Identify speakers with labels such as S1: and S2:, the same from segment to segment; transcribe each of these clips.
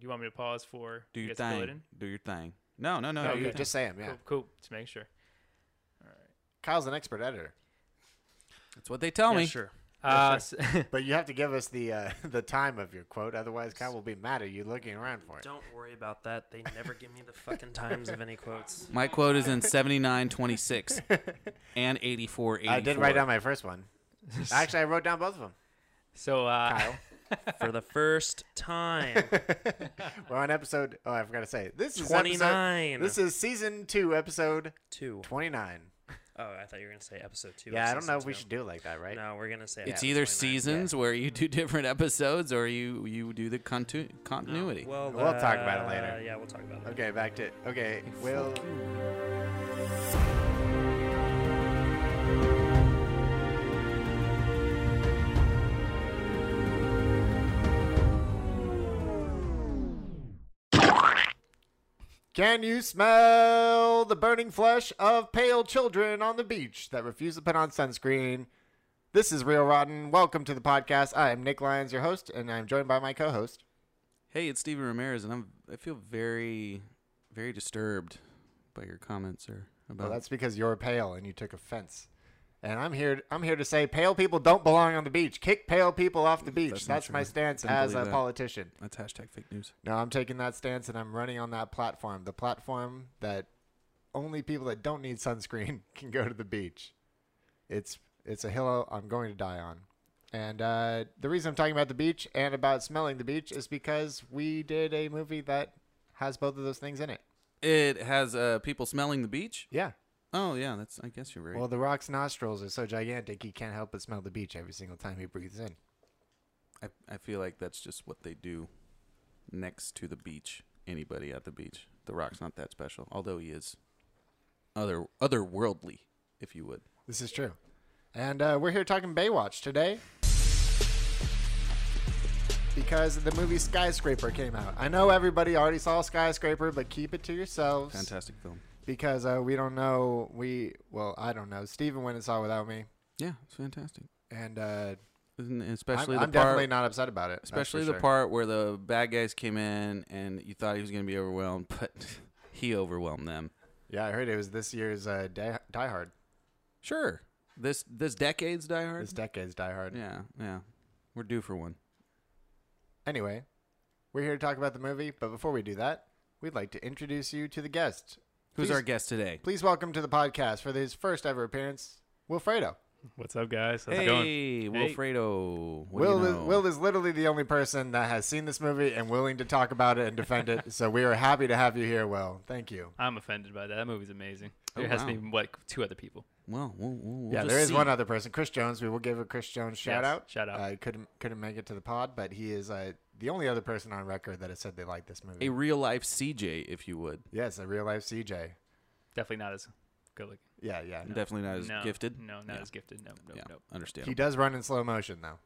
S1: you want me to pause for
S2: Do
S1: you
S2: your
S1: guys to fill it
S2: thing.
S1: in?
S2: Do your thing. No, no,
S1: No,
S2: no. do your
S1: yeah,
S2: thing.
S3: Just say 'em, yeah.
S1: Cool, cool. Just making sure. All right.
S3: Kyle's an expert editor,
S2: That's what they tell
S1: Yeah,
S2: me.
S1: Sure. Uh,
S3: Yeah,
S1: s-
S3: but you have to give us the uh, the time of your quote, otherwise Kyle will be mad at you looking around for it.
S4: Don't worry about that. They never give me the fucking times of any quotes.
S2: My quote is in 7926 and 84
S3: I did write down my first one. Actually, I wrote down both of them.
S1: so uh,
S3: Kyle,
S4: For the first time.
S3: we're on episode. Oh, I forgot to say this is episode.
S4: 29.
S3: This is season two, episode
S4: two.
S3: twenty nine.
S4: Oh, I thought you were going to say episode two. of
S3: Yeah, I don't
S4: season
S3: know if we
S4: two.
S3: should do it like that, right?
S4: No, we're going to say
S2: It's
S4: episode
S2: either
S4: 29.
S2: seasons where you do different episodes or you you do the contu- continuity.
S4: Well,
S3: We'll talk about it
S4: uh,
S3: later.
S4: Yeah, we'll talk about it. later.
S3: Okay, back to okay. Will Can you smell the burning flesh of pale children on the beach that refuse to put on sunscreen? This is Real Rotten. Welcome to the podcast. I am Nick Lyons, your host, and I'm joined by my co-host.
S2: hey, it's Steven Ramirez, and I'm I feel very very disturbed by your comments, sir. About
S3: Well, that's because you're pale and you took offense. And I'm here. I'm here to say pale people don't belong on the beach. Kick pale people off the beach.
S2: That's
S3: That's,
S2: not
S3: my
S2: true.
S3: stance
S2: Didn't
S3: as a
S2: believe that.
S3: politician.
S2: that's hashtag fake news.
S3: No, I'm taking that stance and I'm running on that platform. The platform that only people that don't need sunscreen can go to the beach. It's it's a hill I'm going to die on. And uh, the reason I'm talking about the beach and about smelling the beach is because we did a movie that has both of those things in it.
S2: It has uh, people smelling the beach.
S3: Yeah.
S2: Oh yeah, that's I guess you're right.
S3: Well, the rock's nostrils are so gigantic he can't help but smell the beach every single time he breathes in.
S2: I I feel like that's just what they do next to the beach. Anybody at the beach, The Rock's not that special, although he is other otherworldly, if you would.
S3: This is true. And uh, we're here talking Baywatch today because the movie Skyscraper came out. I know everybody already saw Skyscraper, but keep it to yourselves
S2: Fantastic film.
S3: because uh, we don't know. We well, I don't know. Steven went and saw it without me,
S2: Yeah, it's fantastic,
S3: and uh,
S2: Isn't it-
S3: I'm,
S2: especially
S3: I'm
S2: the part,
S3: definitely not upset about it. that's for
S2: especially the
S3: sure.
S2: part where the bad guys came in and you thought he was going to be overwhelmed, but he overwhelmed them.
S3: Yeah, I heard it was this year's uh, Die, Die Hard.
S2: Sure, this this decade's Die Hard.
S3: This decade's Die Hard.
S2: yeah, yeah, we're due for one.
S3: Anyway, we're here to talk about the movie, but before we do that, we'd like to introduce you to the guest.
S2: Who's
S3: Please-
S2: our guest today?
S3: Please welcome to the podcast for his first ever appearance, Wilfredo.
S1: what's up, guys? How's it going?
S2: Hey, Wilfredo. What do you
S3: Will is,
S2: know?
S3: Will is literally the only person that has seen this movie and willing to talk about it and defend it. So we are happy to have you here, Will. Thank you.
S1: I'm offended by that. That movie's amazing.
S2: Oh,
S1: There has to
S2: wow.
S1: be like two other people.
S2: Well, we'll, we'll, we'll
S3: yeah,
S2: just
S3: there is
S2: see.
S3: one other person, Chris Jones. We will give a Chris Jones shout
S1: Yes,
S3: out.
S1: shout out.
S3: Uh, couldn't couldn't make it to the pod, but he is uh, the only other person on record that has said they like this movie.
S2: A real life CJ, if you would.
S3: yes, a real life CJ.
S1: Definitely not as good looking.
S3: Yeah, yeah.
S2: Definitely not as
S1: no,
S2: gifted.
S1: No, not
S2: Yeah.
S1: as gifted. No, no,
S2: yeah,
S1: no.
S2: understand.
S3: He does run in slow motion though.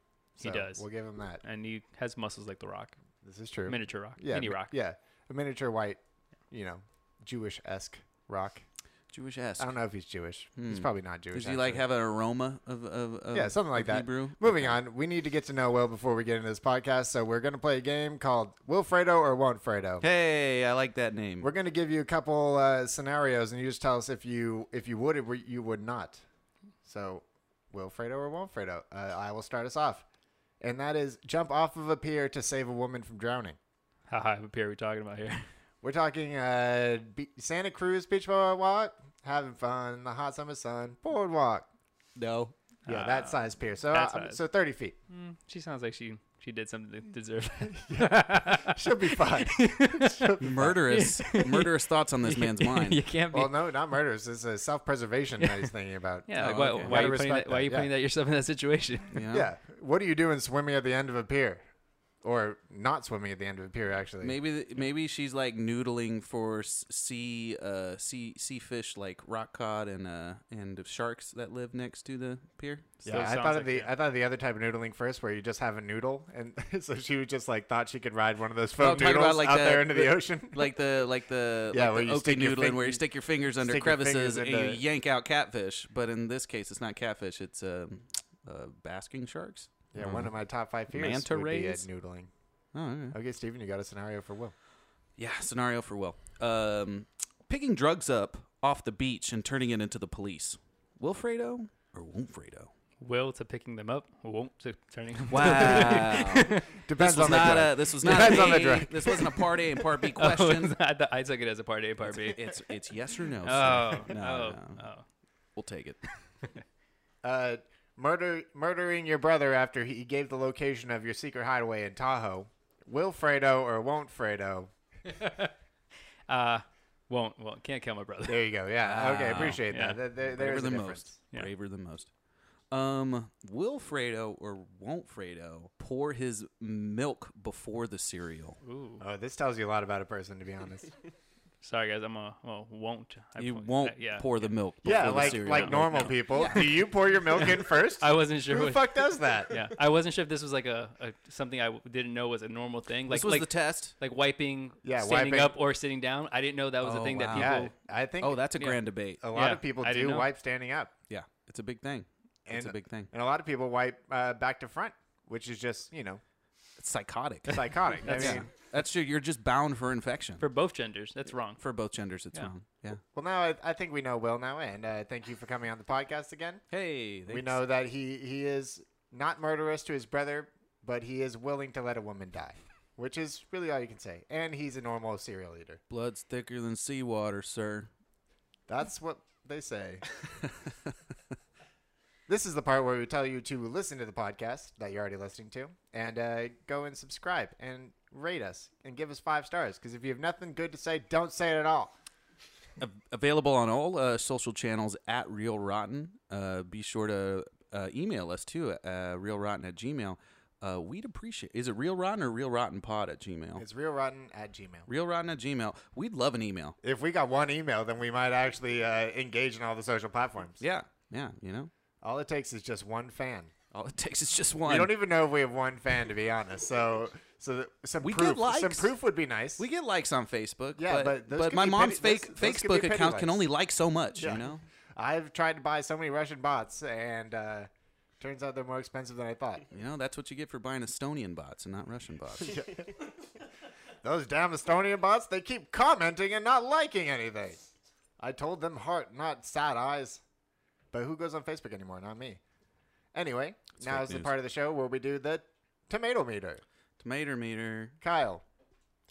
S1: He
S3: So
S1: does.
S3: We'll give him that.
S1: And he has muscles like the Rock,
S3: This is true.
S1: miniature Rock,
S3: yeah,
S1: mini
S3: mi-
S1: Rock.
S3: Yeah, a miniature white, you know, Jewish esque rock.
S2: Jewish ass.
S3: I don't know if he's Jewish. He's
S2: Hmm.
S3: probably not Jewish.
S2: Does he like
S3: actually.
S2: have an aroma of of, of
S3: yeah, something like
S2: of
S3: that.
S2: Hebrew?
S3: Moving on, we need to get to know Will before we get into this podcast. So we're gonna play a game called Wilfredo or Won't Fredo.
S2: Hey, I like that name.
S3: We're gonna give you a couple uh, scenarios, and you just tell us if you if you would or you would not. So, Wilfredo or Wilfredo? Uh, I will start us off, and that is jump off of a pier to save a woman from drowning.
S1: How high of a pair are we talking about here?
S3: We're talking uh, be- Santa Cruz Beach Boardwalk, having fun in the hot summer sun, boardwalk.
S2: no.
S3: Yeah,
S1: Ah,
S3: that size pier. So
S1: that
S3: uh,
S1: size.
S3: so thirty feet.
S1: Mm, she sounds like she she did something to deserve it.
S3: She'll be fine.
S2: Murderous, murderous thoughts on this man's mind.
S1: you can't be.
S3: well, no, not murders. It's a self-preservation that he's thinking about.
S1: yeah,
S2: Oh,
S1: like, why, why,
S2: okay.
S1: are you
S3: Gotta
S1: putting
S3: respect
S1: that, why are
S3: that,
S1: you putting
S3: yeah.
S1: that yourself in that situation?
S2: Yeah.
S3: Yeah. What are you doing swimming at the end of a pier, or not swimming at the end of a pier? Actually,
S2: Maybe th- maybe she's like noodling for s- sea uh sea sea fish like rock cod and uh and sharks that live next to the pier.
S1: So it
S3: Yeah, I
S1: sounds
S3: thought
S1: like
S3: of the
S1: a-
S3: I thought of the other type of noodling first, where you just have a noodle, and so she was just like thought she could ride one of those
S2: No, Oh, I'm
S3: foam
S2: talking
S3: noodles
S2: about, like,
S3: out
S2: the-
S3: there into the,
S2: the-
S3: ocean.
S2: Like the like the
S3: Yeah,
S2: like
S3: where
S2: the
S3: you
S2: oaky
S3: stick your
S2: noodling
S3: fin-
S2: where you stick your fingers under
S3: stick your
S2: crevices
S3: fingers
S2: and
S3: into-
S2: you yank out catfish. But in this case, it's not catfish; it's um, uh, basking sharks.
S3: yeah, one of my top five fears
S2: Manta
S3: would
S2: rays?
S3: be uh, noodling.
S2: Oh, okay.
S3: Okay, Steven, you got a scenario for Will.
S2: Yeah, scenario for Will. Um, picking drugs up off the beach and turning it into the police. Wilfredo or Wonfredo?
S1: Will to picking them up, won't to turning them.
S2: Wow. this
S3: Depends
S2: was
S3: on the
S2: not
S3: drug.
S2: a this was not
S3: Depends
S2: a,
S3: on the drug.
S2: this wasn't a part A and part B
S1: Oh,
S2: question.
S1: I th- I took it as a part A, part B.
S2: it's it's yes or no.
S1: Oh,
S2: sir.
S1: oh,
S2: no, no.
S1: oh.
S2: We'll take it.
S3: uh, murder murdering your brother after he gave the location of your secret hideaway in Tahoe. Will Fredo or won't Fredo?
S1: Uh, won't, won't, can't kill my brother.
S3: There you go. Yeah. Okay.
S2: Wow.
S3: Appreciate
S1: Yeah.
S3: that. There-
S2: Braver
S3: there- there's a
S2: the
S3: difference.
S2: most.
S1: Yeah.
S2: Braver the most. Um, Wilfredo or won't Fredo pour his milk before the cereal?
S1: Ooh,
S3: Oh, this tells you a lot about a person, to be honest.
S1: sorry guys, I'm a well, won't. I
S2: You
S1: put-
S2: won't
S1: yeah,
S2: pour the milk. Before
S3: yeah,
S2: the
S3: like
S2: cereal.
S3: like normal people. Do you pour your milk in first?
S1: I wasn't sure.
S3: Who the
S1: What,
S3: fuck does that?
S1: yeah, I wasn't sure if this was like a, a something I w- didn't know was a normal thing. Like
S2: This was
S1: like
S2: the test.
S1: like wiping,
S3: Yeah,
S1: standing
S3: wiping.
S1: up or sitting down. I didn't know that was a
S2: Oh,
S1: thing that
S2: wow.
S1: people.
S3: Yeah, I think
S2: Oh, that's a
S1: Yeah.
S2: grand debate.
S3: a lot
S1: yeah,
S3: of people
S1: I didn't
S3: do
S1: know.
S3: wipe standing up,
S2: Yeah, it's a big thing. It's a
S3: And-
S2: big thing.
S3: and a lot of people wipe uh, back to front, which is just you know
S2: It's psychotic.
S3: psychotic. I mean,
S2: yeah. That's your, you're just bound for infection.
S1: for
S2: For,
S1: both genders. That's wrong.
S2: both genders, it's
S1: Yeah.
S2: wrong. Yeah.
S3: well, now I, I think we know Will now, and uh, thank you for coming on the podcast again.
S2: Hey,
S3: We know that he he is not murderous to his brother, but he is willing to let a woman die, which is really all you can say. And he's a normal serial eater.
S2: blood's thicker than seawater, sir.
S3: That's what they say. this is the part where we tell you to listen to the podcast that you're already listening to and uh, go and subscribe and rate us and give us five stars because if you have nothing good to say, don't say it at all.
S2: Av- available on all uh, social channels at Real Rotten. Uh, be sure to uh, email us too, uh, Real Rotten at Gmail. Uh, we'd appreciate. Is it Real Rotten or Real Rotten Pod at Gmail?
S3: It's realrotten at Gmail.
S2: Real Rotten at Gmail. We'd love an email.
S3: If we got one email, then we might actually uh, engage in all the social platforms.
S2: Yeah, yeah. You know,
S3: All it takes is just one fan.
S2: all it takes is just one.
S3: We don't e-, even know if we have one fan, to be honest. So, so th- some
S2: We get
S3: proof, some
S2: likes.
S3: proof would be nice.
S2: We get likes on Facebook.
S3: Yeah,
S2: but
S3: but those could
S2: my
S3: be
S2: mom's
S3: petty-
S2: fake
S3: those- those could be
S2: Facebook
S3: petty
S2: account can
S3: likes.
S2: only like so much.
S3: Yeah.
S2: You know,
S3: I've tried to buy so many Russian bots, and uh, turns out they're more expensive than I thought.
S2: you know that's what you get for buying Estonian bots and not Russian bots.
S3: Those damn Estonian bots, they keep commenting and not liking anything. I told them heart, not sad eyes. But who goes on Facebook anymore? Not me. Anyway, now
S2: fake
S3: is the
S2: news.
S3: part of the show where we do the tomato meter.
S2: tomato meter.
S3: Kyle,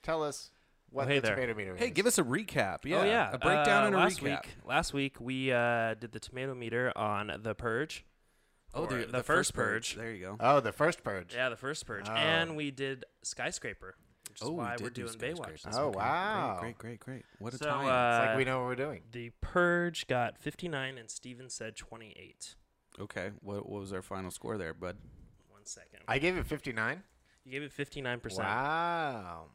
S3: tell us what
S4: Well, hey
S3: the
S4: there.
S3: tomato meter is.
S2: Hey, give us a recap. Yeah,
S4: oh yeah,
S2: a breakdown
S4: uh,
S2: and a
S4: last
S2: recap.
S4: Week, last week we uh, did the tomato meter on the purge.
S2: Oh,
S4: Or
S2: the, the first purge. There you go.
S3: Oh, the first purge.
S4: Yeah, the first purge,
S3: Oh.
S4: and we did skyscraper, which is
S2: Oh, we
S4: why are
S2: did do
S4: doing Baywatch.
S2: skyscrapers.
S4: this
S3: Oh,
S4: weekend.
S3: wow.
S2: Great, great, great. great. What a
S4: So,
S2: time.
S4: uh,
S3: It's like we know what we're doing.
S4: The purge got 59, and Steven said 28.
S2: okay, what, what was our final score there, bud?
S4: One second.
S3: I gave it 59.
S4: you gave it 59%.
S3: Wow.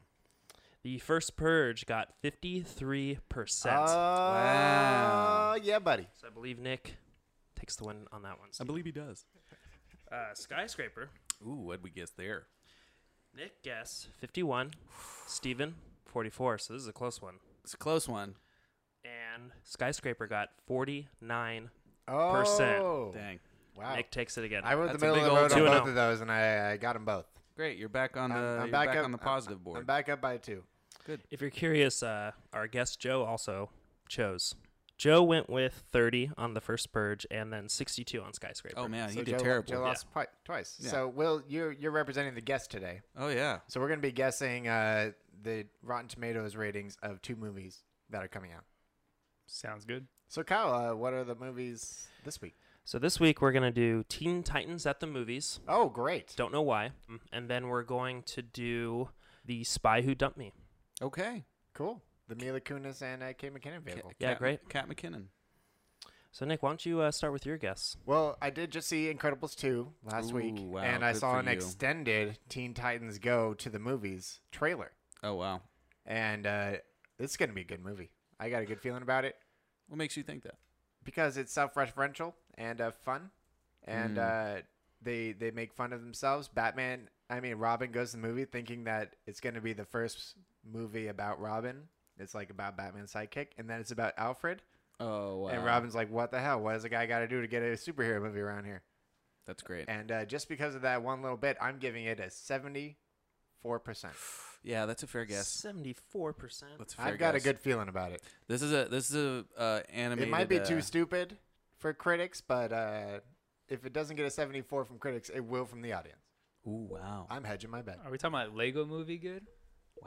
S4: The first purge got 53%.
S3: Uh.
S2: Wow.
S3: Oh, yeah, buddy.
S4: so I believe Nick takes the win on that one. Steve.
S2: believe he does.
S4: Uh, skyscraper.
S2: Ooh, what'd we guess there?
S4: Nick guessed 51. Steven 44. So this is a close one.
S2: It's a close one.
S4: And skyscraper got 49.
S3: Oh,
S4: Percent.
S2: Dang.
S3: Wow.
S4: Nick takes it again.
S3: I rode the
S2: That's a
S3: middle of
S2: big
S3: the
S2: old
S3: road on
S4: two and
S3: both
S4: oh.
S3: of those, and I, I got them both.
S2: Great, you're back on the,
S3: I'm- I'm
S2: you're
S3: back
S2: back,
S3: up-
S2: on the
S3: I'm-
S2: positive board.
S3: I'm back up by two.
S4: if you're curious, uh, our guest Joe also chose. Joe went with 30 on the first purge and then 62 on skyscraper.
S2: Oh man, he
S3: So
S2: did
S3: Joe,
S2: terrible.
S3: Joe lost pi- twice.
S2: Yeah.
S3: So, Will, you're you're representing the guest today.
S2: Oh yeah.
S3: So we're going to be guessing uh, the Rotten Tomatoes ratings of two movies that are coming out.
S1: Sounds good.
S3: So, Kyle, uh, what are the movies this week?
S4: So this week we're going to do Teen Titans at the movies.
S3: Oh, great.
S4: Don't know why. And then we're going to do The Spy Who Dumped Me.
S2: Okay.
S3: Cool. The Mila Kunis and uh, Kate McKinnon
S2: Ca-
S3: vehicle.
S4: Yeah,
S2: Cat-
S4: great.
S2: Cat McKinnon.
S4: So, Nick, why don't you uh, start with your guess?
S3: Well, I did just see Incredibles 2 last week,
S2: Ooh, wow,
S3: and I
S2: good
S3: saw
S2: for
S3: an
S2: you.
S3: extended Teen Titans Go to the Movies trailer.
S2: Oh wow.
S3: And uh, it's going to be a good movie. I got a good feeling about it
S2: What makes you think that?
S3: because it's self referential and uh, fun. And
S2: Hmm.
S3: uh, they, they make fun of themselves. Batman, I mean, Robin goes to the movie thinking that it's going to be the first movie about Robin. It's like about Batman's sidekick, and then it's about Alfred.
S2: Oh wow.
S3: And Robin's like, "What the hell? What does a guy got to do to get a superhero movie around here?"
S2: That's great.
S3: And uh, just because of that one little bit, I'm giving it a 75%. Four percent.
S2: Yeah, that's a fair guess.
S4: Seventy-four percent.
S2: That's a fair
S3: I've got
S2: guess.
S3: a good feeling about it.
S2: This is a this is a uh, animated.
S3: It might be
S2: uh,
S3: too stupid for critics, but uh, if it doesn't get a 74 from critics, it will from the audience.
S2: Ooh, wow.
S3: I'm hedging my bet.
S1: Are we talking about Lego Movie good?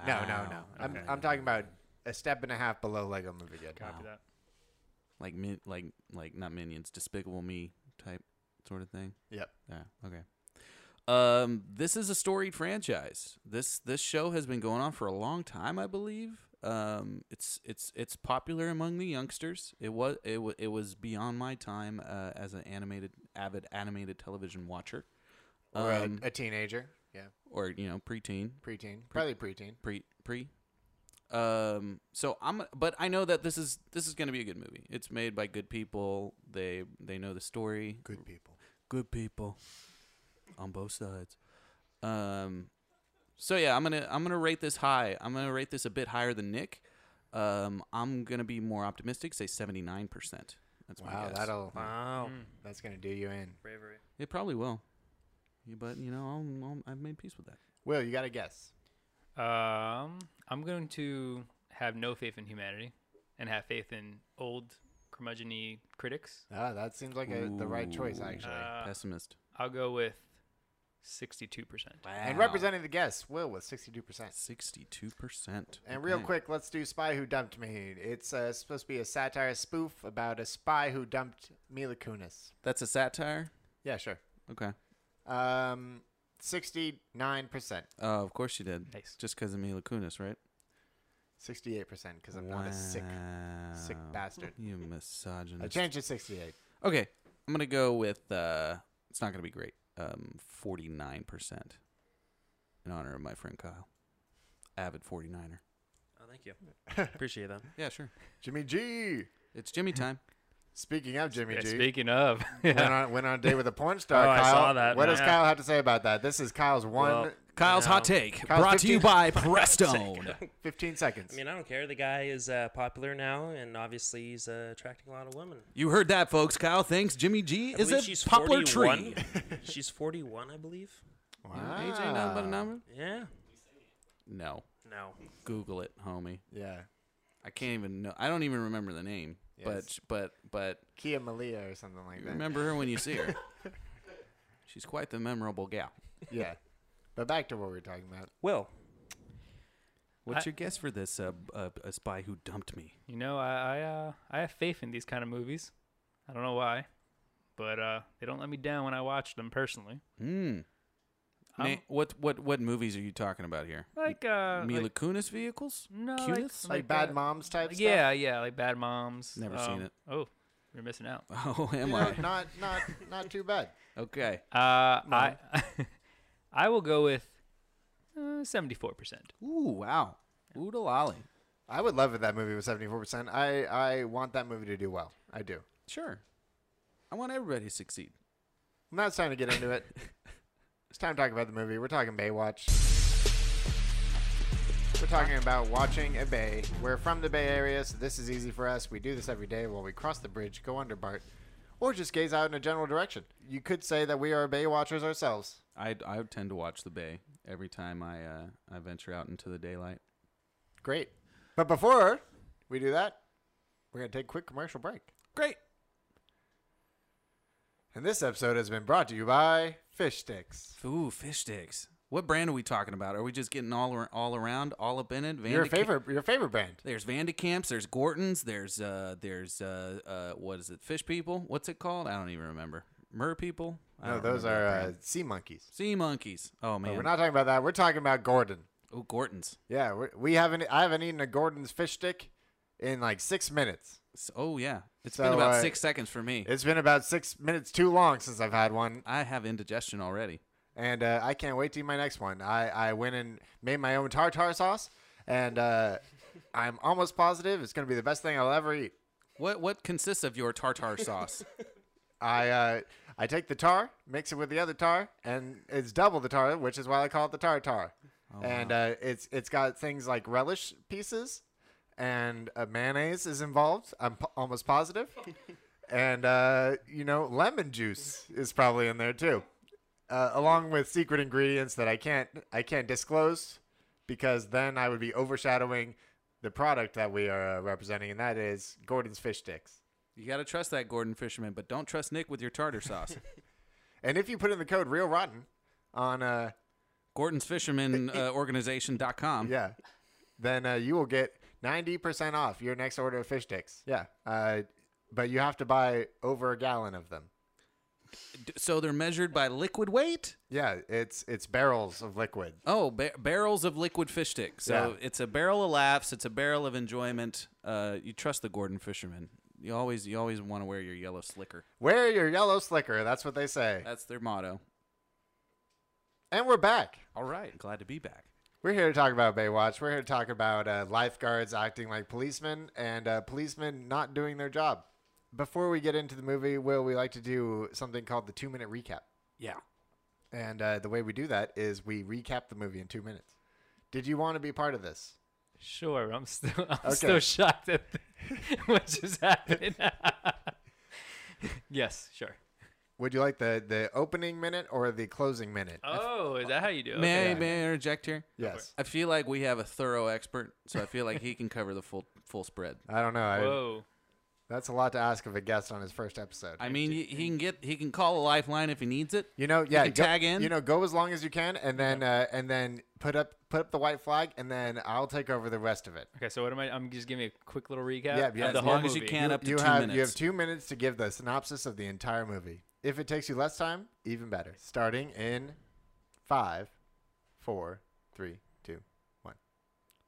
S3: No, no, no.
S2: Wow.
S3: I'm,
S1: Okay.
S3: I'm talking about a step and a half below Lego Movie Good.
S1: Copy that.
S2: like min, like like not minions, Despicable Me type sort of thing.
S3: Yep.
S2: Yeah. Okay. Um, this is a storied franchise. This this show has been going on for a long time, I believe. Um, it's it's it's popular among the youngsters. It was it was it was beyond my time uh, as an animated avid animated television watcher,
S3: Or a-
S2: Um,
S3: a, teenager. Yeah.
S2: or you know preteen
S3: Preteen. Probably preteen.
S2: pre pre. Um, so I'm, but I know that this is this is going to be a good movie. It's made by good people. They they know the story.
S3: Good people.
S2: good people on both sides. Um, so yeah, I'm gonna I'm gonna rate this high. I'm gonna rate this a bit higher than Nick. Um, I'm gonna be more optimistic. Say 79. percent That's my
S3: Wow,
S2: guess.
S3: that'll Oh.
S4: Wow.
S3: that's gonna do you in.
S4: Bravery.
S2: it probably will. Yeah, But you know, I'll, I'll, I've made peace with that.
S3: Will, you got a guess?
S1: Um, I'm going to have no faith in humanity and have faith in old curmudgeon critics.
S3: Ah, that seems like a, the right choice
S2: Ooh.
S3: actually.
S1: Uh,
S2: Pessimist.
S1: I'll go with 62%.
S3: And representing the guess, Will was 62%.
S2: 62 percent.
S3: And real quick, let's do Spy Who Dumped Me. It's uh, supposed to be a satire spoof about a spy who dumped Mila Kunis.
S2: That's a satire.
S3: Yeah, sure.
S2: Okay.
S3: Um, 69%.
S2: Oh, of course you did.
S1: Nice.
S2: Just because of Mila Kunis, right?
S3: 68% because I'm not a sick. sick
S2: Wow.
S3: bastard.
S2: You misogynist.
S3: I changed it to 68.
S2: Okay, I'm gonna go with. uh It's not gonna be great. Um, forty nine percent, in honor of my friend Kyle, avid 49er.
S4: Oh, thank you. Appreciate that.
S2: Yeah, sure.
S3: Jimmy G.
S2: It's Jimmy time.
S3: Speaking of Jimmy
S1: Yeah,
S3: G.
S1: speaking of,
S3: Went
S1: yeah.
S3: on, went on a date with a porn star.
S4: Oh, I
S3: Kyle.
S4: saw that,
S3: What does
S4: yeah.
S3: Kyle have to say about that? This is Kyle's one
S4: Well,
S2: Kyle's
S4: No.
S2: hot take
S3: Kyle's
S2: brought to you
S3: 15.
S2: by Prestone.
S3: 15 seconds.
S4: I mean, I don't care. The guy is uh, popular now, and obviously he's uh, attracting a lot of women.
S2: you heard that, folks. Kyle thinks Jimmy G
S4: I
S2: is a
S4: believe she's
S2: poplar
S4: 41.
S2: tree.
S4: she's 41, I believe.
S3: wow.
S2: AJ, nothing but a number.
S4: Yeah.
S2: No,
S4: No.
S2: Google it, homie.
S3: Yeah.
S2: I can't even know. I don't even remember the name.
S3: Yes.
S2: But but but
S3: Kia Malia or something like
S2: you
S3: that.
S2: remember her when you see her. She's quite the memorable gal.
S3: Yeah. But back to what we were talking about.
S4: Will.
S2: What's
S1: I-
S2: your guess for this? Uh, uh, a spy who dumped me.
S1: you know, I I, uh, I have faith in these kind of movies. I don't know why, but uh, they don't let me down when I watch them personally.
S2: Hmm.
S1: Um,
S2: Na- what what what movies are you talking about here?
S1: Like uh,
S2: Mila
S1: like,
S2: Kunis vehicles?
S1: no, like,
S2: Kunis?
S3: Like, Bad
S1: that.
S3: Moms type stuff?
S1: Yeah, yeah, like Bad Moms.
S2: Never seen it.
S1: Oh, you're missing out.
S2: oh, am
S3: You know,
S2: I?
S3: not, not, not too bad.
S2: Okay.
S1: Uh, I I will go with uh, seventy-four percent.
S2: Ooh, wow. Oodle lolly.
S3: I would love if that movie was 74%. I, I want that movie to do well. I do.
S2: Sure. I want everybody to succeed.
S3: Now it's time to get into it. it's time to talk about the movie. We're talking Baywatch. We're talking about watching a bay. We're from the Bay Area, so this is easy for us. We do this every day while we cross the bridge, go under BART, or just gaze out in a general direction. You could say that we are bay watchers ourselves.
S2: I I tend to watch the bay every time I uh, I venture out into the daylight.
S3: Great. But before we do that, we're going to take a quick commercial break.
S2: Great.
S3: And this episode has been brought to you by Fish Sticks.
S2: Ooh, fish sticks. What brand are we talking about? Are we just getting all ar- all around, all up in it? Van
S3: Your
S2: de Kam-
S3: favorite, your favorite brand.
S2: There's Van de Kamps, there's Gortons, there's uh there's uh, uh what is it? Fish people? What's it called? I don't even remember. Mer people? I
S3: No,
S2: don't
S3: those
S2: remember
S3: are
S2: that
S3: uh,
S2: brand.
S3: sea monkeys.
S2: sea monkeys. Oh
S3: But
S2: man.
S3: we're not talking about that. We're talking about Gordon.
S2: oh Gortons.
S3: Yeah, we, we haven't. I haven't eaten a Gordon's fish stick in like six minutes.
S2: S- oh yeah. it's
S3: So,
S2: been about
S3: uh,
S2: 6 seconds for me.
S3: It's been about six minutes too long since I've had one,
S2: I have indigestion already.
S3: and uh, I can't wait to eat my next one. I I went and made my own tartar sauce, and uh, I'm almost positive it's gonna be the best thing I'll ever eat.
S2: What what consists of your tartar sauce?
S3: I uh, I take the tar, mix it with the other tar, and it's double the tar, which is why I call it the tartar. and uh, it's it's got things like relish pieces, and uh, mayonnaise is involved. I'm po- almost positive, and uh, you know lemon juice is probably in there too. uh, along with secret ingredients that I can't I can't disclose because then I would be overshadowing the product that we are uh, representing, and that is Gordon's fish sticks.
S2: You got to trust that Gordon Fisherman, but don't trust Nick with your tartar sauce.
S3: And if you put in the code real rotten on uh
S2: Gordon's Fisherman uh, Organization.com.
S3: yeah, then uh, you will get ninety percent off your next order of fish sticks. Yeah, uh, but you have to buy over a gallon of them.
S2: D- So they're measured by liquid weight?
S3: Yeah, it's it's barrels of liquid.
S2: Oh, ba- barrels of liquid fish sticks. So it's a barrel of laughs. It's a barrel of enjoyment. Uh, you trust the Gordon Fisherman. You always, you always want to wear your yellow slicker.
S3: Wear your yellow slicker. That's what they say.
S2: That's their motto.
S3: And we're back.
S2: All right, glad to be back.
S3: We're here to talk about Baywatch. We're here to talk about uh, lifeguards acting like policemen and uh, policemen not doing their job. Before we get into the movie, Will, we like to do something called the two minute recap.
S2: Yeah.
S3: And uh, the way we do that is we recap the movie in two minutes. Did you want to be part of this?
S1: Sure, I'm still I'm
S3: Okay.
S1: still shocked at what just happened. yes, sure.
S3: Would you like the, the opening minute or the closing minute?
S1: Oh, is that how you do it?
S2: May
S1: Okay.
S2: I, may I interject here?
S3: yes.
S2: I feel like we have a thorough expert, so I feel like he can cover the full full spread.
S3: I don't know. I,
S1: Whoa.
S3: that's a lot to ask of a guest on his first episode.
S2: I mean, he, he can get he can call a lifeline if he needs it.
S3: You know, yeah,
S2: can
S3: go-
S2: tag in.
S3: You know, go as long as you can, and then uh, and then put up put up the white flag, and then I'll take over the rest of it.
S1: Okay, so what am I? I'm just giving a quick little recap.
S3: Yeah,
S1: of
S3: yeah,
S1: the
S3: as
S1: whole
S2: long as you
S1: movie.
S2: can. And up to
S3: you
S2: two
S3: have you
S2: minutes.
S3: have two minutes to give the synopsis of the entire movie. If it takes you less time, even better. Starting in five, four, three, two, one.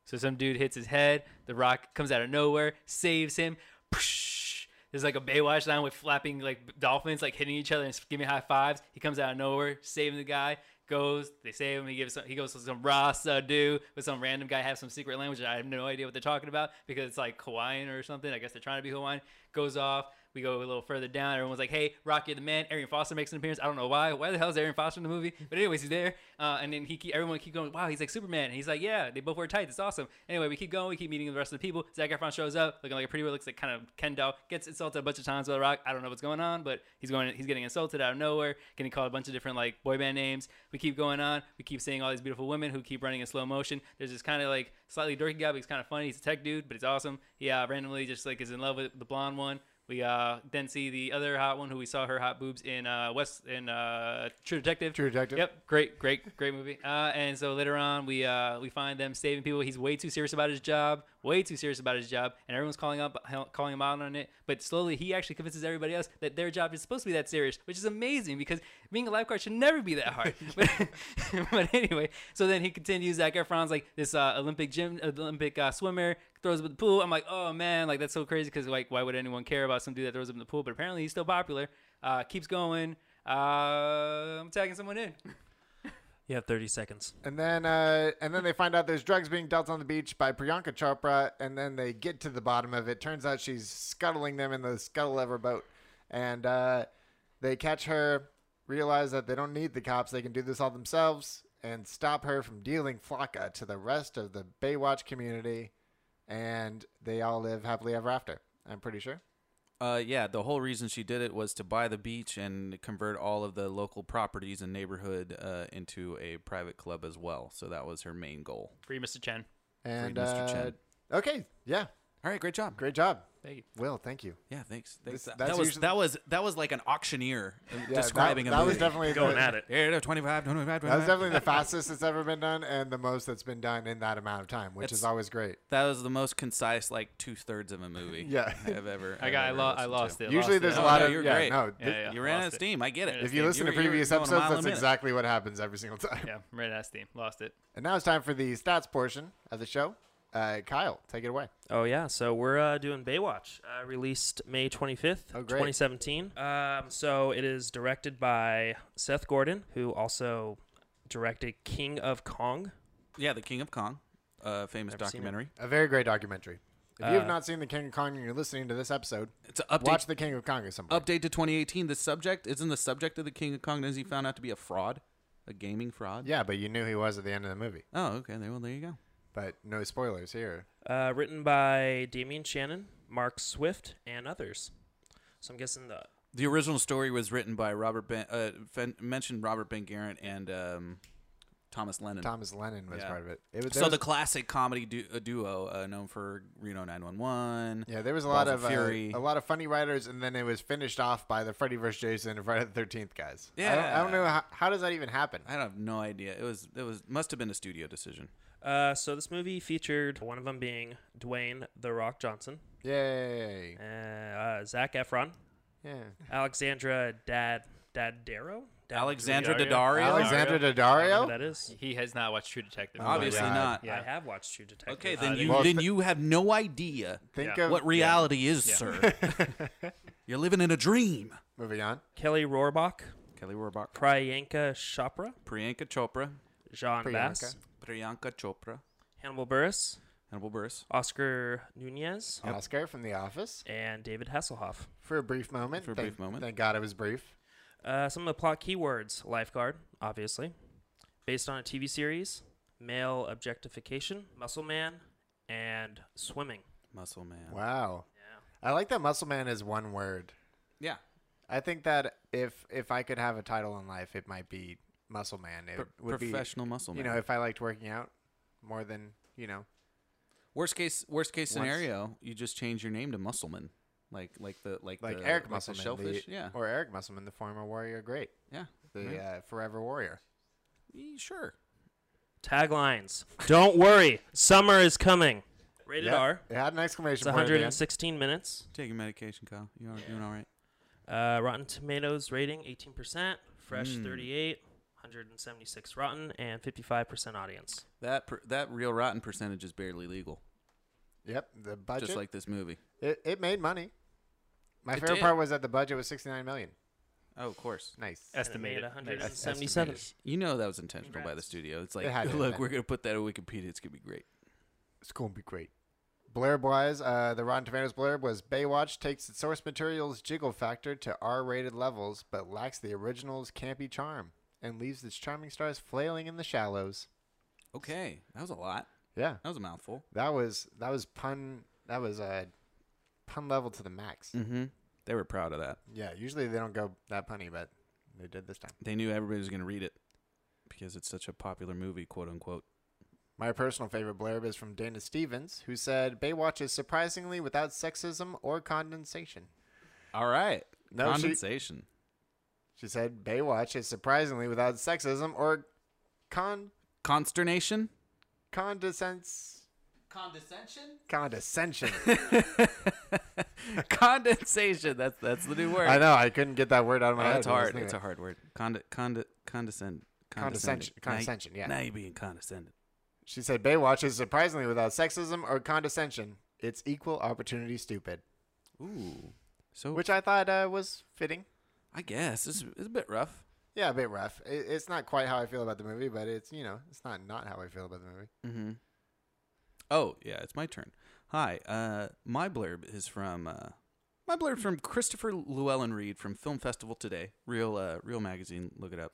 S1: So some dude hits his head. The rock comes out of nowhere, saves him. Psh! There's like a Baywatch line with flapping like dolphins like hitting each other and giving high fives. He comes out of nowhere, saving the guy. Goes, they save him. He gives some, he goes to some Rasa dude with some random guy has some secret language. I have no idea what they're talking about because it's like Hawaiian or something. I guess they're trying to be Hawaiian. Goes off. We go a little further down. Everyone's like, "Hey, Rocky the Man." Arian Foster makes an appearance. I don't know why. Why the hell is Arian Foster in the movie? But anyways, he's there. Uh, and then he keep, everyone keep going. Wow, he's like Superman. And he's like, "Yeah, they both wear tights. It's awesome." Anyway, we keep going. We keep meeting the rest of the people. Zac Efron shows up looking like a pretty boy. Looks like kind of Ken doll. Gets insulted a bunch of times by The Rock. I don't know what's going on, but he's going. He's getting insulted out of nowhere. Getting called a bunch of different like boy band names. We keep going on. We keep seeing all these beautiful women who keep running in slow motion. There's this kind of like slightly dorky guy, but he's kind of funny. He's a tech dude, but he's awesome. He uh, randomly just like is in love with the blonde one. We uh, then see the other hot one who we saw her hot boobs in uh, West in uh, True Detective.
S3: True Detective.
S1: Yep, great, great, great movie. Uh, and so later on, we uh, we find them saving people. He's way too serious about his job, way too serious about his job, and everyone's calling up hel- calling him out on it. But slowly, he actually convinces everybody else that their job is supposed to be that serious, which is amazing because being a lifeguard should never be that hard. but, but anyway, so then he continues. Zac Efron's like this uh, Olympic gym, Olympic uh, swimmer throws up in the pool. I'm like, oh man, like that's so crazy because like why would anyone care about some dude that throws up in the pool? But apparently he's still popular. Uh, keeps going. Uh, I'm tagging someone in.
S4: You have 30 seconds.
S3: And then uh, and then they find out there's drugs being dealt on the beach by Priyanka Chopra, and then they get to the bottom of it. Turns out she's scuttling them in the scuttle of her boat, and uh, they catch her, realize that they don't need the cops; they can do this all themselves, and stop her from dealing flaca to the rest of the Baywatch community, and they all live happily ever after. I'm pretty sure.
S2: Uh, yeah, the whole reason she did it was to buy the beach and convert all of the local properties and neighborhood uh, into a private club as well. So that was her main goal.
S1: Free Mr. Chen.
S3: And
S2: Mr.
S3: uh,
S2: Chen.
S3: okay, yeah,
S2: All right, great job.
S3: great job,
S1: Thank you.
S3: Will. Thank you.
S2: Yeah, thanks. thanks.
S3: This-
S2: That-
S3: that's
S2: that was
S3: usually-
S2: that was that was like an auctioneer uh,
S3: Yeah, that-
S2: describing
S3: that,
S2: a movie.
S3: was definitely
S4: Going
S3: the-
S4: at it.
S2: Here, there, 25, 25,
S3: That was
S2: 25.
S3: definitely the fastest it's ever been done, and the most that's been done in that amount of time, which
S2: That's-
S3: is always great.
S2: That was the most concise, like two thirds of a movie.
S3: Yeah.
S2: I've ever.
S1: I
S2: I've
S1: got. I,
S2: ever
S1: lo- I
S2: listened
S1: lost
S2: to.
S1: it.
S3: Usually,
S1: lost
S3: there's
S1: it.
S3: a
S2: Oh,
S3: lot
S2: no,
S3: of
S2: you're
S3: yeah,
S2: great.
S3: no.
S1: Yeah,
S3: th-
S1: yeah.
S2: You ran out of
S1: Lost it.
S2: steam. I get it.
S3: If you listen
S2: You're-
S3: to
S2: you're
S3: previous
S2: going a mile
S3: episodes,
S2: a
S3: that's
S2: minute.
S3: exactly what happens every single time.
S1: Yeah, I'm right at steam. Lost it.
S3: And now it's time for the stats portion of the show. Uh, Kyle, take it away.
S4: Oh yeah, so we're uh, doing Baywatch, uh, released May twenty fifth,
S3: Oh, great.
S4: twenty seventeen. Um, so it is directed by Seth Gordon, who also directed King of Kong.
S2: Yeah, the King of Kong, uh, famous
S4: Never seen it.
S2: documentary.
S3: A very great documentary. If you have
S4: Uh,
S3: not seen The King of Kong and you're listening to this episode,
S2: It's an update.
S3: watch The King of Kong or something.
S2: Update to 2018. The subject isn't the subject of the King of Kong. Is he found out to be a fraud, a gaming fraud?
S3: Yeah, but you knew he was at the end of the movie.
S2: Oh, okay. There, well, there you go.
S3: But no spoilers here.
S4: Uh, written by Damien Shannon, Mark Swift, and others. So I'm guessing the
S2: The original story was written by Robert Ben. Uh, Fen- mentioned Robert Ben Garrett and um, Thomas Lennon.
S3: Thomas Lennon was
S2: Yeah.
S3: part of it. It was,
S2: so
S3: there
S2: the
S3: was-
S2: classic comedy du- uh, duo uh, known for Reno 911.
S3: yeah, there was a lot
S2: Balls
S3: of
S2: of
S3: uh,
S2: Fury.
S3: a lot of funny writers, and then it was finished off by the Freddy vs. Jason and Friday the Thirteenth guys. I don't, I don't
S2: Yeah.
S3: know how, how does that even happen.
S2: I have no idea. It was it was must have been a studio decision.
S4: Uh, so this movie featured one of them being Dwayne the Rock Johnson,
S3: Yay!
S4: uh, uh, Zach Efron,
S3: Yeah,
S4: Alexandra Dad Daddario, Dad
S2: Alexandra Daddario?
S3: Alexandra Daddario.
S4: That is.
S1: He has not watched True Detective.
S3: Oh my
S2: Obviously
S3: God.
S2: not.
S4: I have watched True Detective.
S2: Okay,
S4: Uh,
S2: then
S4: they-
S2: you
S3: Well,
S2: then
S3: th-
S2: you have no idea
S3: Think
S4: Yeah.
S3: of
S2: what reality is,
S1: Yeah.
S2: sir. You're living in a dream.
S3: moving on.
S4: Kelly Rohrbach,
S2: Kelly Rohrbach,
S4: Priyanka Chopra,
S2: Priyanka Chopra,
S4: Jean Bass,
S3: Priyanka.
S2: Priyanka Chopra,
S4: Hannibal Burris,
S2: Hannibal Buress.
S4: Oscar Nunez,
S3: Oscar from The Office
S4: and David Hasselhoff.
S3: for a brief moment.
S2: For a
S3: Thank-
S2: brief moment.
S3: Thank God it was brief.
S4: Uh, some of the plot keywords lifeguard, obviously, based on a TV series, male objectification, muscle man, and swimming.
S2: Muscle Man.
S3: Wow. I like that muscle man is one word.
S2: Yeah,
S3: I think that if if I could have a title in life, it might be muscle man. It
S2: Pro-
S3: would be
S2: professional muscle
S3: you
S2: man.
S3: know, if I liked working out more than, you know,
S2: worst case, worst case
S3: Once-
S2: scenario, you just change your name to Muscleman, like like the like
S3: like
S2: the,
S3: Eric
S2: like the
S3: Musselman, the-
S2: shellfish. yeah,
S3: or Eric Musselman, the former warrior great,
S2: yeah,
S3: the
S2: Right.
S3: uh, forever warrior.
S2: E- sure.
S4: Taglines Don't worry, summer is coming. Rated
S3: Yeah,
S4: R.
S3: It had an exclamation
S4: It's
S3: point. at the end.
S4: 116 minutes.
S2: Taking medication, Kyle. You are doing all right.
S4: Uh, Rotten Tomatoes rating 18%, fresh
S3: Hmm.
S2: Mm.
S4: 38, 176 rotten, and 55% audience.
S2: That per, that real rotten percentage is barely legal,
S3: Yep, the budget.
S2: just like this movie.
S3: it, it made money. My
S2: It
S3: favorite
S2: did.
S3: part was that the budget was 69 million.
S2: Oh, of course.
S3: Nice.
S4: And it made
S1: Estimated. Nice.
S4: 177.
S2: You know that was intentional by the
S4: Congrats.
S2: studio. It's
S3: It
S2: like,
S3: had to have
S2: look,
S3: been.
S2: we're gonna put that on Wikipedia. It's gonna be great.
S3: It's going to be great. Blurb wise, uh, the Rotten Tomatoes blurb was Baywatch takes its source material's jiggle factor to R rated levels, but lacks the original's campy charm and leaves its charming stars flailing in the shallows.
S2: Okay, that was a lot.
S3: Yeah,
S2: That was a mouthful.
S3: that was that was pun that was uh, pun level to the max.
S2: Mm-hmm. They were proud of that.
S3: Yeah, usually they don't go that punny, but they did this time.
S2: They knew everybody was gonna read it because it's such a popular movie, quote unquote.
S3: My personal favorite blurb is from Dana Stevens, who said Baywatch is surprisingly without sexism or condensation.
S2: All right.
S3: No, she-
S2: Condensation.
S3: She said Baywatch is surprisingly without sexism or con
S2: Consternation.
S3: condescends
S2: Condescension.
S3: condescension.
S2: Condensation. That's that's the new word.
S3: I know I couldn't get that word out of my
S2: Oh,
S3: head.
S2: it's
S3: when I was
S2: hard.
S3: thinking
S2: It's
S3: it.
S2: a hard word. Cond cond condescend
S3: Condescension.
S2: Now you-
S3: Condescension, yeah.
S2: Now you're being condescended.
S3: She said Baywatch is surprisingly without sexism or condescension. It's equal opportunity stupid,
S2: Ooh. So
S3: which I thought uh, was fitting.
S2: I guess it's, it's a bit rough.
S3: Yeah, a bit rough. It, it's not quite how I feel about the movie, but it's you know it's not not how I feel about the movie.
S2: Mm-hmm. Oh yeah, it's my turn. Hi, uh, my blurb is from uh, my blurb from Christopher Llewellyn Reed from Film Festival Today, real uh, real magazine. Look it up.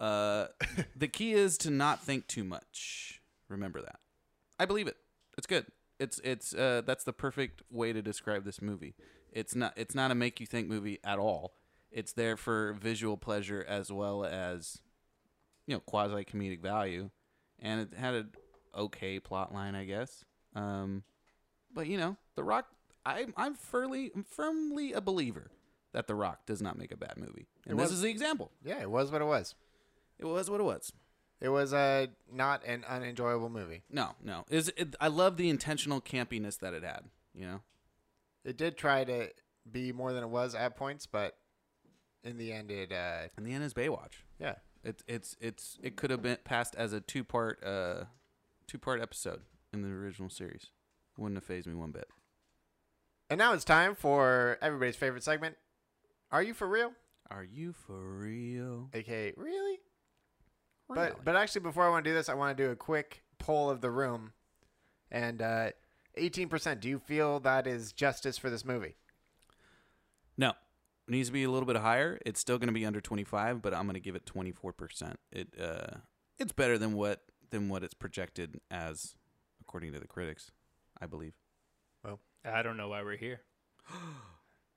S2: Uh, the key is to not think too much. Remember that. I believe it. It's good. It's it's uh, that's the perfect way to describe this movie. It's not it's not a make you think movie at all. It's there for visual pleasure as well as you know quasi comedic value, and it had an okay plot line, I guess. Um, but you know, The Rock. I'm I'm firmly I'm firmly a believer that The Rock does not make a bad movie, and this
S3: was-
S2: is the example.
S3: Yeah, it was what it was.
S2: It was what it was.
S3: It was uh, not an unenjoyable movie.
S2: No, no. Is it, I love the intentional campiness that it had. You know,
S3: It did try to be more than it was at points, but in the end, it uh,
S2: and the end is Baywatch.
S3: yeah,
S2: It's it's it's it could have been passed as a two part uh two part episode in the original series. Wouldn't have phased me one bit.
S3: And now it's time for everybody's favorite segment. Are you for real?
S2: Are you for real?
S3: AKA, really?
S2: Really?
S3: But but actually, before I want to do this, I want to do a quick poll of the room. And uh, 18%, do you feel that is justice for this movie?
S2: no, it needs to be a little bit higher. It's still going to be under twenty five, but I'm going to give it twenty four percent. It uh, it's better than what than what it's projected as, according to the critics, I believe.
S1: I don't know why we're here.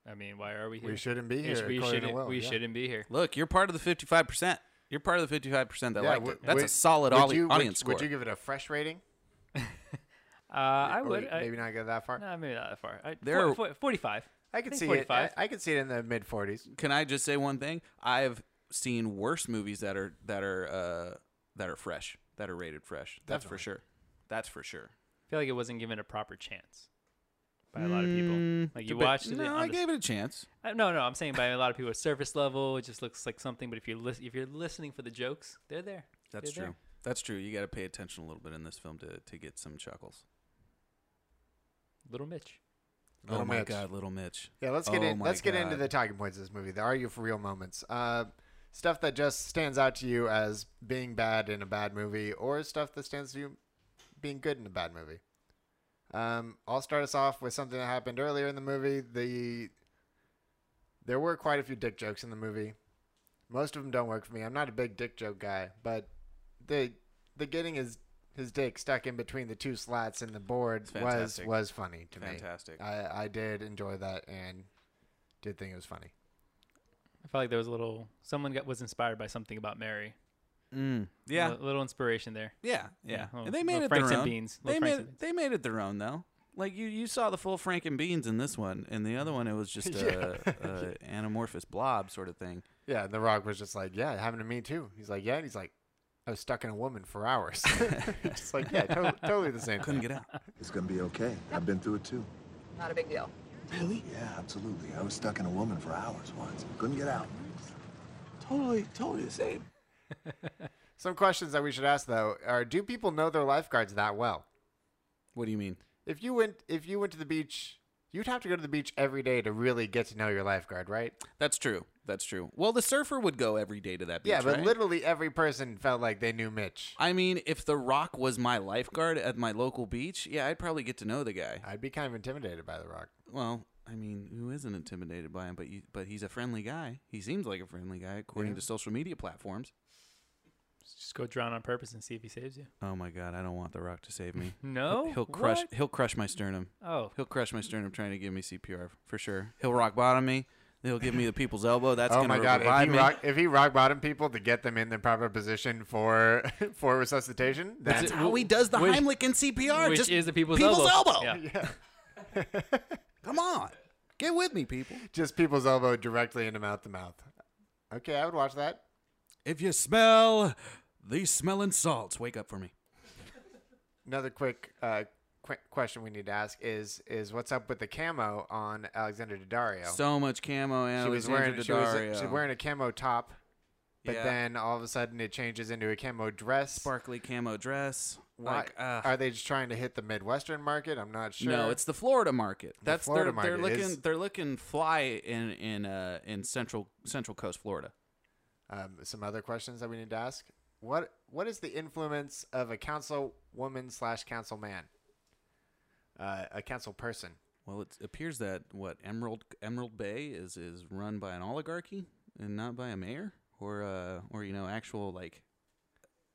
S1: I mean, why are we here?
S3: We shouldn't be
S1: We
S3: here.
S1: sh- we
S3: according to
S1: shouldn't.
S3: Will,
S1: we
S3: yeah.
S1: shouldn't be here.
S2: Look, you're part of the fifty-five percent. You're part of the fifty-five percent that
S3: Yeah,
S2: liked
S3: w-
S2: it. That's a
S3: would-
S2: solid
S3: would
S2: audi-
S3: you- would-
S2: audience score.
S3: Would you give it a fresh rating?
S1: Uh, I
S3: Or
S1: would.
S3: you-
S1: I,
S3: maybe not go that far.
S1: nah, maybe not that far. I,
S2: There
S1: there
S2: are-
S1: 45.
S3: I could
S1: think
S3: see it. I,
S1: 45.
S3: I could see it in the mid 40s.
S2: Can I just say one thing? I've seen worse movies that are that are uh, that are fresh, that are rated fresh. That's for sure. That's for sure.
S1: I feel like it wasn't given a proper chance by a lot of
S3: Mm.
S1: people. Like you
S2: Deba-
S1: watched it.
S2: No,
S1: on
S2: I
S1: the-
S2: gave it a chance.
S1: I- no, no. I'm saying by a lot of people, at surface level, it just looks like something. But if you're lis- if you're listening for the jokes, they're there.
S2: That's
S1: They're
S2: true.
S1: there.
S2: That's true. You got to pay attention a little bit in this film to to get some chuckles.
S1: Little Mitch.
S3: Little
S2: oh my
S3: Mitch.
S2: god, little Mitch.
S3: Yeah, let's get
S2: Oh
S3: in.
S2: my
S3: Let's get into
S2: God.
S3: the talking points of this movie. The are you for real moments? Uh, stuff that just stands out to you as being bad in a bad movie, or stuff that stands to you being good in a bad movie. Um, I'll start us off with something that happened earlier in the movie. The there were quite a few dick jokes in the movie. Most of them don't work for me. I'm not a big dick joke guy, but the the getting his his dick stuck in between the two slats in the board
S2: It's
S3: was
S2: fantastic.
S3: was funny to me.
S2: Fantastic.
S3: I, I did enjoy that and did think it was funny.
S1: I felt like there was a little. Someone got was inspired by something about Mary.
S2: Mm.
S1: A
S2: Yeah,
S1: li- little inspiration there.
S2: yeah, yeah.
S1: little-
S2: And they
S1: Oh, little
S2: made it
S1: Franks
S2: their
S1: and
S2: own.
S1: beans.
S2: They
S1: Little
S2: made
S1: Franks and
S2: it, they made it their own though. Like you, you saw the full Frank and Beans in this one, and the other one it was just a, a anamorphous blob sort of thing.
S3: Yeah, and The Rock was just like, "Yeah, it happened to me too." He's like, "Yeah," and he's like, "I was stuck in a woman for hours." just like, yeah, to- totally the same.
S2: Couldn't
S3: Thing.
S2: get out.
S5: It's gonna be okay. I've been through it too.
S6: Not a big deal.
S5: Really? Yeah, absolutely. I was stuck in a woman for hours once. Couldn't get out. Totally, totally the same.
S3: Some questions that we should ask though are: Do people know their lifeguards that well?
S2: What do you mean?
S3: If you went, if you went to the beach, you'd have to go to the beach every day to really get to know your lifeguard, right?
S2: That's true. That's true. Well, the surfer would go every day to that beach.
S3: yeah, but
S2: right?
S3: literally every person felt like they knew Mitch.
S2: I mean, if The Rock was my lifeguard at my local beach, yeah, I'd probably get to know the guy.
S3: I'd be kind of intimidated by The Rock.
S2: Well, I mean, who isn't intimidated by him? But you, but he's a friendly guy. He seems like a friendly guy according to social media platforms.
S1: Beans. Just go drown on purpose and see if he saves you.
S2: Oh my God, I don't want The Rock to save me.
S1: No.
S2: He'll crush.
S1: Oh, What?
S2: He'll crush my sternum.
S1: Oh,
S2: He'll crush my sternum trying to give me CPR for sure. He'll rock bottom me. He'll give me the people's elbow. That's
S3: oh
S2: gonna
S3: my god! If
S2: revive
S3: he,
S2: me.
S3: rock, if he rock bottom people to get them in the proper position for for resuscitation,
S2: That's,
S3: that's
S2: how he does the
S1: which-
S2: Heimlich in CPR.
S1: which
S2: just
S1: is the people's,
S2: elbow.
S1: Yeah.
S2: Come on, get with me, people.
S3: just people's elbow directly into mouth to mouth. Okay, I would watch that.
S2: If you smell these smelling salts, wake up for me.
S3: Another quick uh, qu- question we need to ask is is what's up with the camo on Alexander Daddario?
S2: So much camo, and
S3: she was wearing she was, she was wearing a camo top, but
S2: Yeah.
S3: then all of a sudden it changes into a camo dress.
S2: sparkly camo dress.
S3: Why-
S2: Like, uh,
S3: are they just trying to hit the Midwestern market? I'm not sure.
S2: No, it's the Florida market. That's
S3: Florida
S2: they're, they're
S3: market
S2: looking
S3: is-
S2: they're looking fly in in uh, in central central coast Florida.
S3: um, some other questions that we need to ask. What what is the influence of a councilwoman slash council man, uh, a council person?
S2: Well, it appears that what Emerald Emerald Bay is is run by an oligarchy and not by a mayor or uh or you know actual like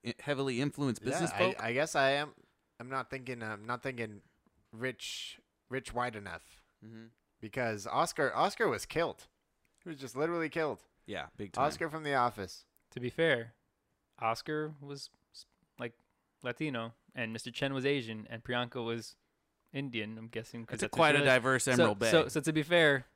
S2: i- heavily influenced business
S3: yeah,
S2: folk.
S3: I, I guess I am. I'm not thinking. I'm not thinking rich, rich wide enough
S2: Mm-hmm.
S3: because Oscar Oscar was killed. He was just literally killed.
S2: yeah, big time.
S3: Oscar from The Office.
S1: To be fair, Oscar was s- like Latino, and Mr. Chen was Asian, and Priyanka was Indian. I'm guessing. 'cause
S2: It's a
S1: that's what
S2: quite
S1: she
S2: a
S1: was.
S2: diverse
S1: So-
S2: Emerald Bay.
S1: So, so to be fair,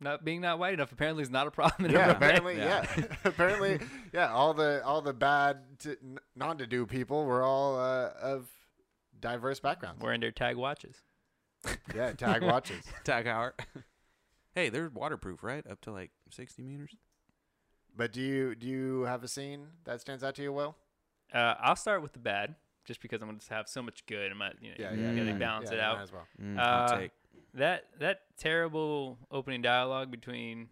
S1: not being not white enough apparently is not a problem. In
S3: Yeah,
S1: Emerald Bay.
S3: apparently, yeah,
S2: Yeah.
S3: apparently, yeah. All the all the bad, t- non to do people were all uh, of diverse backgrounds.
S1: wearing their tag watches.
S3: Yeah, tag watches.
S2: Tag hour. hey, they're waterproof, right? Up to like sixty meters.
S3: But do you do you have a scene that stands out to you, Will?
S1: Uh, I'll start with the bad, just because I'm going to have so much good. I might, you know,
S3: Yeah,
S1: you
S3: yeah,
S1: gotta
S2: yeah.
S1: balance
S3: Yeah,
S1: it
S3: you
S1: out.
S3: might as well.
S2: Mm,
S1: Uh,
S2: hot take.
S1: That that terrible opening dialogue between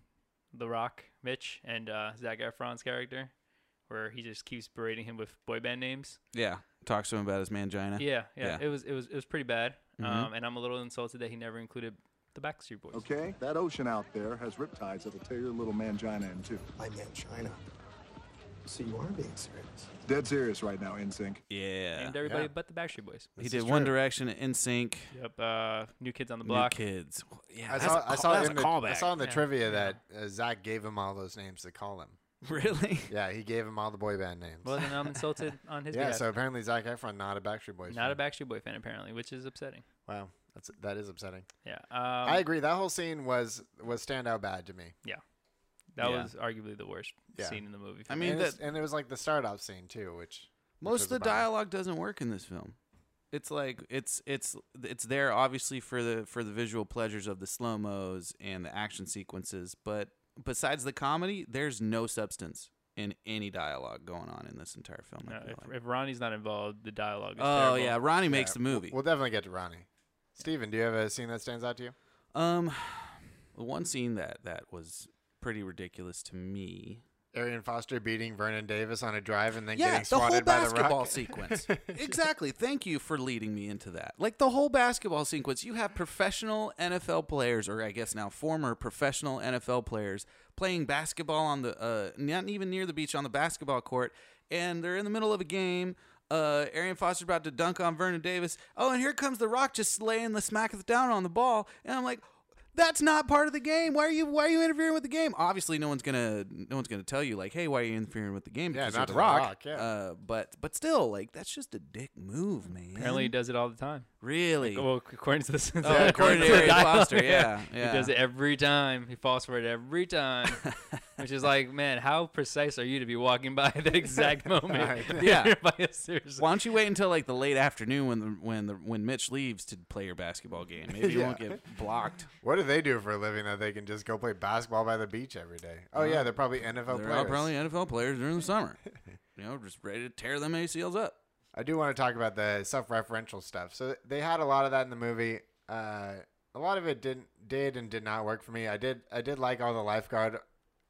S1: The Rock, Mitch, and uh, Zach Efron's character, where he just keeps berating him with boy band names.
S2: Yeah, talks to him about his mangina.
S1: Yeah, yeah,
S2: Yeah.
S1: it was it was it was pretty bad. Um, and I'm a little insulted that he never included the Backstreet Boys.
S5: Okay? That ocean out there has riptides that'll tear your little mangina in two.
S7: My man China.
S5: So you are being serious. Dead serious right now, NSYNC.
S2: Yeah.
S1: Named everybody
S3: Yeah.
S1: but the Backstreet Boys.
S2: He
S3: This
S2: did
S3: is
S2: One
S3: true.
S2: Direction at NSYNC.
S1: Yep. Uh, new Kids on the
S2: New
S1: Block.
S2: Kids. Yeah,
S3: I
S2: that's
S3: saw,
S2: a
S3: I
S2: call-
S3: saw
S2: that's
S3: in
S2: a
S3: the,
S2: callback.
S3: I saw in the
S4: Yeah.
S3: trivia that uh, Zach gave him all those names to call him.
S2: really?
S3: Yeah, he gave him all the boy band names.
S1: Well, then I'm um, insulted on his
S3: yeah,
S1: behalf.
S3: so apparently Zach Efron not a Backstreet Boys.
S1: Not a
S3: fan.
S1: Backstreet Boy fan apparently, which is upsetting.
S3: wow, that's that is upsetting.
S1: Yeah. Um,
S3: I agree. That whole scene was was standout bad to me.
S1: that
S2: Yeah.
S1: was arguably the worst
S3: Yeah.
S1: scene in the movie.
S2: I
S1: for me.
S2: mean,
S3: and, it's-
S2: that-
S3: and it was like the start off scene too, which
S2: Most
S3: was
S2: of the
S3: about it.
S2: dialogue doesn't work in this film. It's like it's it's it's there obviously for the for the visual pleasures of the slow mos and the action sequences, but besides the comedy, there's no substance in any dialogue going on in this entire film. I
S1: No,
S2: feel
S1: if,
S2: like.
S1: if Ronnie's not involved, the dialogue is
S2: oh
S1: terrible.
S2: yeah, Ronnie makes
S3: Yeah,
S2: the movie.
S3: we'll definitely get to Ronnie. Steven, do you have a scene that stands out to you?
S2: Um, the one scene that that was pretty ridiculous to me.
S3: Arian Foster beating Vernon Davis on a drive and then
S2: Yeah,
S3: getting
S2: the
S3: swatted
S2: whole
S3: by the
S2: basketball
S3: rock.
S2: sequence. exactly. Thank you for leading me into that. Like the whole basketball sequence, you have professional NFL players, or I guess now former professional NFL players, playing basketball on the uh, not even near the beach on the basketball court, and they're in the middle of a game. Uh, Arian Foster's about to dunk on Vernon Davis. Oh, and here comes the Rock just laying the smack of the down on the ball, and I'm like. That's not part of the game. Why are you Why are you interfering with the game? Obviously, no one's gonna No one's gonna tell you like, hey, why are you interfering with the game?
S3: Yeah,
S2: because you're
S3: not
S2: the
S3: The
S2: Rock.
S3: Rock, yeah.
S2: Uh, but but still, like that's just a dick move, man.
S1: Apparently, he does it all the time.
S2: really.
S1: Well, according to this,
S2: Oh, according to Arian
S1: dialogue,
S2: Foster, yeah, yeah.
S1: he does it every time. He falls for it every time, which is like, man, how precise are you to be walking by at the exact moment?
S2: Yeah.
S1: Everybody is serious.
S2: Why don't you wait until like the late afternoon when the when the when Mitch leaves to play your basketball game? Maybe you won't get blocked.
S3: What do they do for a living that they can just go play basketball by the beach every day? Oh yeah, they're probably NFL
S2: They're all
S3: players.
S2: probably NFL players during the summer. you know, just ready to tear them ACLs up.
S3: I do want to talk about the self-referential stuff. So they had a lot of that in the movie. Uh, a lot of it didn't did and did not work for me. I did I did like all the lifeguard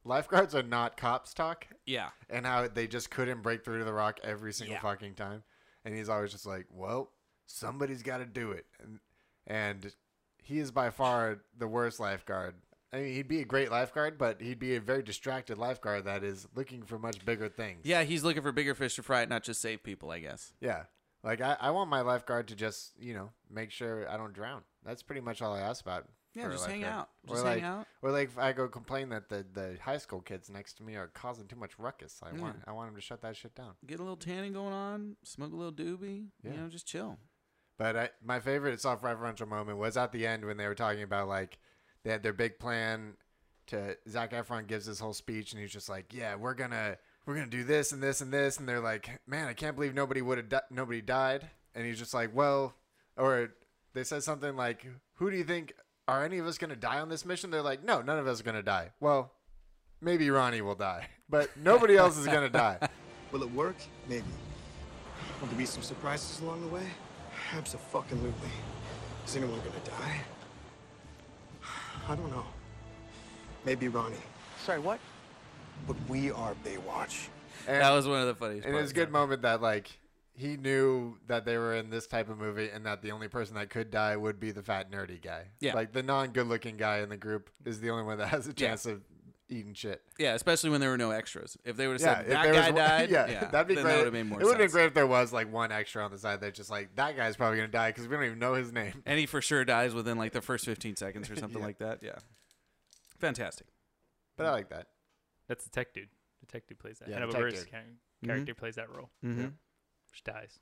S3: lifeguards are not cops talk
S2: Yeah.
S3: and how they just couldn't break through to the rock every single
S2: Yeah.
S3: fucking time. And he's always just like, "Well, somebody's got to do it." And, and he is by far the worst lifeguard. I mean, he'd be a great lifeguard, but he'd be a very distracted lifeguard that is looking for much bigger things.
S2: Yeah, he's looking for bigger fish to fry, not just save people. I guess.
S3: Yeah. Like I, I want my lifeguard to just, you know, make sure I don't drown. That's pretty much all I ask about.
S2: Yeah,
S3: for a
S2: just hang
S3: lifeguard.
S2: out. Just
S3: or
S2: hang
S3: like,
S2: out.
S3: Or like if I go complain that the, the high school kids next to me are causing too much ruckus. I
S2: Yeah.
S3: want I want them to shut that shit down.
S2: Get a little tanning going on. Smoke a little doobie.
S3: Yeah.
S2: You know, just chill.
S3: But I, my favorite self-referential moment was at the end when they were talking about like they had their big plan. To Zach Efron gives this whole speech and he's just like, "Yeah, we're gonna we're gonna do this and this and this," and they're like, "Man, I can't believe nobody would have di- nobody died." And he's just like, "Well," or they said something like, "Who do you think are any of us gonna die on this mission?" They're like, "No, none of us are gonna die." Well, maybe Ronnie will die, but nobody else is gonna die.
S5: Will it work? Maybe. Will there be some surprises along the way? Absolutely. Is anyone gonna die? I don't know. Maybe Ronnie. Sorry, what? But we are Baywatch.
S3: And-
S2: That was one of the funniest.
S3: And it was
S2: parts.
S3: a good moment that like he knew that they were in this type of movie and that the only person that could die would be the fat nerdy guy.
S2: Yeah.
S3: Like the non good looking guy in the group is the only one that has a chance of eating shit.
S2: Yeah, especially when there were no extras. If they would have
S3: Yeah,
S2: said
S3: if
S2: that
S3: there was
S2: guy
S3: one-
S2: died,
S3: yeah,
S2: yeah,
S3: that'd be
S2: then
S3: great.
S2: That would have made more
S3: it would have been
S2: sense.
S3: great if there was like one extra on the side that's just like that guy's probably gonna die because we don't even know his name.
S2: And he for sure dies within like the first 15 seconds or something like that. Yeah, fantastic.
S3: But I like that.
S1: That's the tech dude. The tech dude plays that.
S3: Yeah,
S1: Hannibal
S3: the tech
S1: Buress'
S3: dude.
S1: char- character plays that role,
S2: Mm-hmm.
S1: which dies.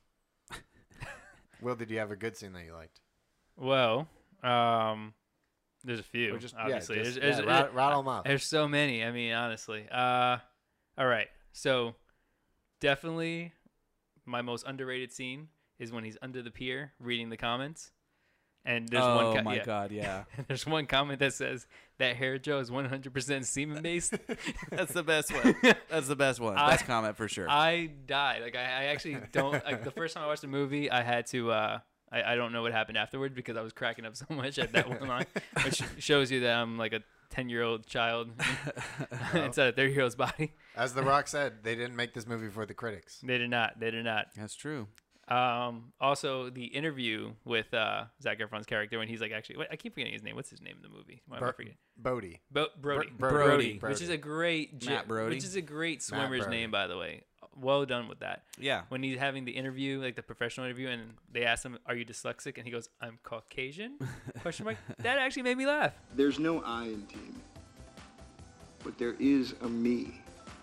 S3: Will, did you have a good scene that you liked?
S1: Well, um, there's a few.
S3: Or just- yeah,
S1: obviously,
S3: just-
S1: there's,
S3: yeah,
S1: there's-
S3: rat- rattle 'em off.
S1: There's so many. I mean, honestly. Uh, all right. So, definitely, my most underrated scene is when he's under the pier reading the comments, and there's
S2: oh
S1: one. co-
S2: my
S1: yeah.
S2: god, yeah,
S1: There's one comment that says that hair gel is 100% semen based.
S2: that's the best one. That's the best one.
S1: I-
S2: Best comment for sure.
S1: I died. Like I, I actually don't. Like the first time I watched the movie, I had to. uh I, I don't know what happened afterward because I was cracking up so much at that one line, which shows you that I'm like a ten year old child inside a thirty year old's body.
S3: As The Rock said, they didn't make this movie for the critics.
S1: They did not. They did not.
S2: that's true.
S1: Um, also, the interview with uh, Zac Efron's character when he's like, actually, what, I keep forgetting his name. What's his name in the movie? Why am I
S3: Bur-
S1: forgetting?
S3: Bodie.
S1: Bo- Brody.
S3: Bro-
S2: Brody.
S1: which is a great j-
S2: Matt Brody.
S1: which is a great swimmer's
S3: Brody.
S1: name, by the way. Well done with that.
S2: Yeah.
S1: When he's having the interview, like the professional interview, and they ask him, "Are you dyslexic?" and he goes, "I'm Caucasian?" Question mark. That actually made me laugh.
S5: There's no I in team, but there is a me.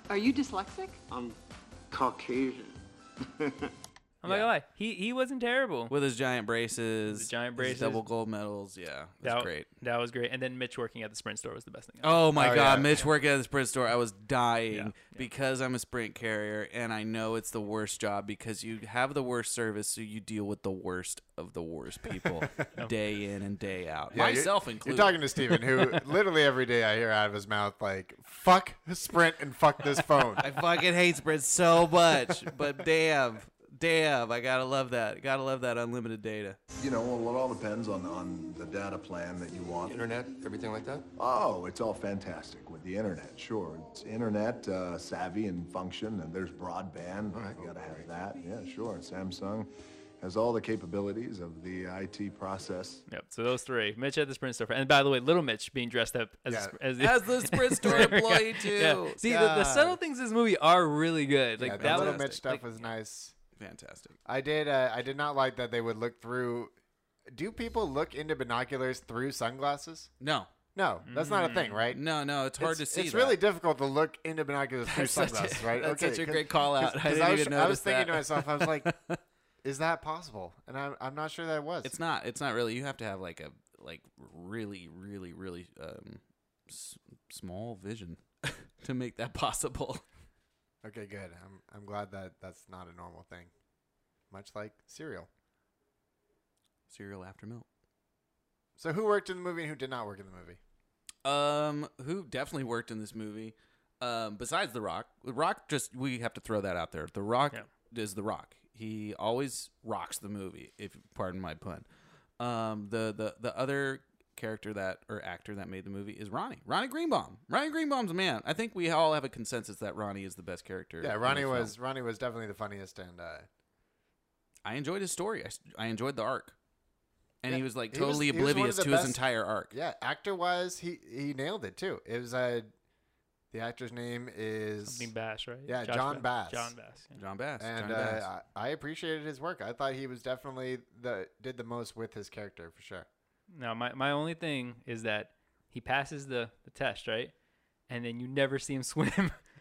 S6: Are you dyslexic?
S5: I'm Caucasian.
S1: I'm not gonna lie, he he wasn't terrible.
S2: With his giant
S1: The
S2: braces,
S1: giant
S2: his
S1: braces.
S2: double gold medals. Yeah, that's
S1: that,
S2: great.
S1: That was great. And then Mitch working at the Sprint store was the best thing. ever.
S2: Oh my
S3: Oh,
S2: God,
S3: yeah.
S2: Mitch working at the Sprint store. I was dying
S1: Yeah, yeah.
S2: because I'm a Sprint carrier, and I know it's the worst job because you have the worst service, so you deal with the worst of the worst people day in and day out.
S3: Yeah, you're-
S2: Myself included.
S3: You're talking to Steven, who literally every day I hear out of his mouth, like, fuck Sprint and fuck this phone.
S2: I fucking hate Sprint so much, but damn, damn, I gotta love that. Gotta love that unlimited data.
S7: You know, well, it all depends on, on the data plan that you want.
S8: internet, everything like that?
S7: Oh, it's all fantastic with the internet, sure. It's internet uh, savvy and function, and there's broadband. You gotta have that. Yeah, sure. Samsung has all the capabilities of the IT process.
S1: Yep. So those three, Mitch at the Sprint store, and by the way, little Mitch being dressed up as
S3: Yeah.
S1: a, Spr- as,
S2: As the Sprint store employee too.
S1: Yeah. See, the, the subtle things in this movie are really good. Like
S3: yeah,
S1: that
S3: that little
S1: was-
S3: Mitch stuff
S1: like,
S3: was nice.
S2: Fantastic.
S3: I did. Uh, I did not like that they would look through. Do people look into binoculars through sunglasses?
S2: No,
S3: No, that's not a thing, right?
S2: no, no. Mm. It's hard to see.
S3: It's
S2: that.
S3: really difficult to look into binoculars through
S2: That's such a-
S3: sunglasses, right?
S2: that's such a
S3: 'cause-
S2: great call out.
S3: 'cause-
S2: I
S3: 'cause
S2: didn't
S3: was,
S2: even
S3: I was
S2: notice
S3: thinking to
S2: that.
S3: myself, I was like, "Is that possible?" And I'm, I'm not sure that it was.
S2: It's not. It's not really. You have to have like a like really, really, really um s- small vision to make that possible.
S3: Okay, good. I'm, I'm glad that that's not a normal thing. Much like cereal.
S2: Cereal after milk.
S3: So, who worked in the movie and who did not work in the movie?
S2: Um, who definitely worked in this movie? Um, besides The Rock, The Rock just we have to throw that out there. The Rock is The Rock. He always rocks the movie. If pardon my pun. Um, the the the other character that or actor that made the movie is Ronnie. Ronnie Greenbaum. Ronnie Greenbaum's a man. I think we all have a consensus that Ronnie is the best character.
S3: Yeah,
S2: in
S3: Ronnie
S2: the film.
S3: was Ronnie was definitely the funniest, and uh,
S2: I enjoyed his story. I, s- I enjoyed the arc, and
S3: Yeah,
S2: he was like
S3: he was-
S2: totally
S3: he was one of
S2: oblivious
S3: the
S2: to
S3: best-
S2: his entire arc.
S3: yeah, actor wise, he he nailed it too. It was uh, the actor's name is
S1: Something Bash, right?
S3: Yeah, John Bass.
S1: John Bass. yeah.
S2: John Bass.
S3: and
S2: Johnny Bass.
S3: uh, I, I appreciated his work. I thought he was definitely the did the most with his character for sure.
S1: Now, my, my only thing is that he passes the, the test, right? And then you never see him swim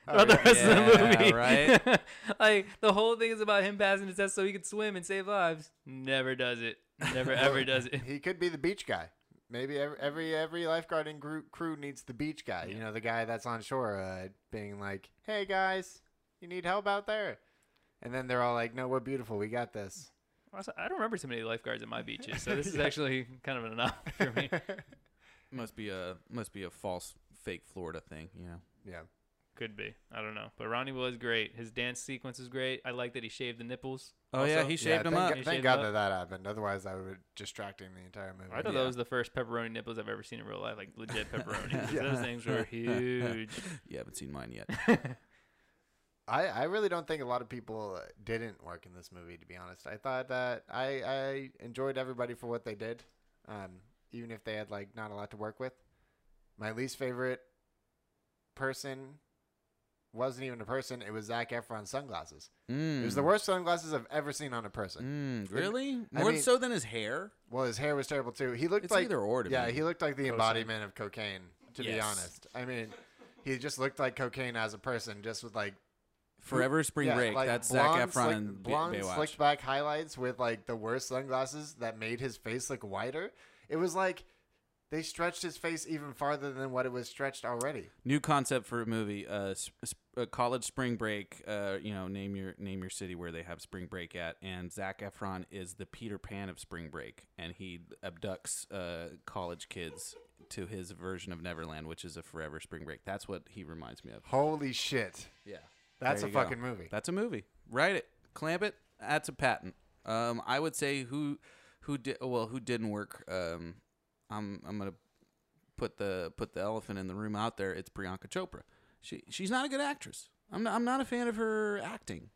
S3: Oh,
S1: throughout the rest of the
S2: Yeah,
S1: movie.
S2: right.
S1: like, the whole thing is about him passing the test so he could swim and save lives. Never does it. Never, ever does it.
S3: He could be the beach guy. Maybe every every, every lifeguard and group crew needs the beach guy. You know, the guy that's on shore, uh, being like, "Hey guys, you need help out there," and then they're all like, "No, we're beautiful. We got this."
S1: Also, I don't remember too many lifeguards at my beaches, so this is actually kind of an anomaly for me.
S2: Must be a must be a false fake Florida thing, you know.
S3: Yeah.
S1: Could be. I don't know. But Ronnie was great. His dance sequence was great. I like that he shaved the nipples.
S2: Oh yeah, he
S3: Yeah,
S2: shaved him
S3: thank
S2: up.
S3: God-
S1: He
S3: thank
S1: shaved
S3: God
S1: him
S3: that that happened. Otherwise, that would be distracting the entire movie.
S1: I thought
S2: Yeah.
S1: that was the first pepperoni nipples I've ever seen in real life, like legit pepperoni. 'cause Those things were huge.
S2: You haven't seen mine yet.
S3: I, I really don't think a lot of people uh, didn't work in this movie, to be honest. I thought that I, I enjoyed everybody for what they did, um, even if they had like not a lot to work with. My least favorite person wasn't even a person; it was Zach Efron's sunglasses. It
S2: Hmm.
S3: was the worst sunglasses I've ever seen on a person.
S2: Mm, really?
S3: I
S2: More
S3: mean-
S2: so than his hair?
S3: Well, his hair was terrible too. He looked
S2: It's
S3: like
S2: either or to
S3: yeah,
S2: me.
S3: he looked like the embodiment of cocaine. To be
S2: Yes.
S3: honest, I mean, he just looked like cocaine as a person, just with like
S2: Forever Spring
S3: Yeah,
S2: Break.
S3: like
S2: That's
S3: blonde
S2: Zac Efron
S3: slick-
S2: and Ba-
S3: blonde
S2: Baywatch.
S3: slicked back highlights with like the worst sunglasses that made his face look wider. It was like they stretched his face even farther than what it was stretched already.
S2: New concept for a movie. Uh, sp- uh, college Spring Break. Uh, you know, name your name your city where they have Spring Break at. And Zac Efron is the Peter Pan of Spring Break, and he abducts uh, college kids to his version of Neverland, which is a forever Spring Break. That's what he reminds me of.
S3: Holy shit!
S2: Yeah.
S3: That's
S2: There
S3: a
S2: you go.
S3: fucking movie.
S2: That's a movie. Write it. Clamp it. That's a patent. Um, I would say who who did well who didn't work. Um, I'm I'm gonna put the put the elephant in the room out there. It's Priyanka Chopra. She she's not a good actress. I'm not, I'm not a fan of her acting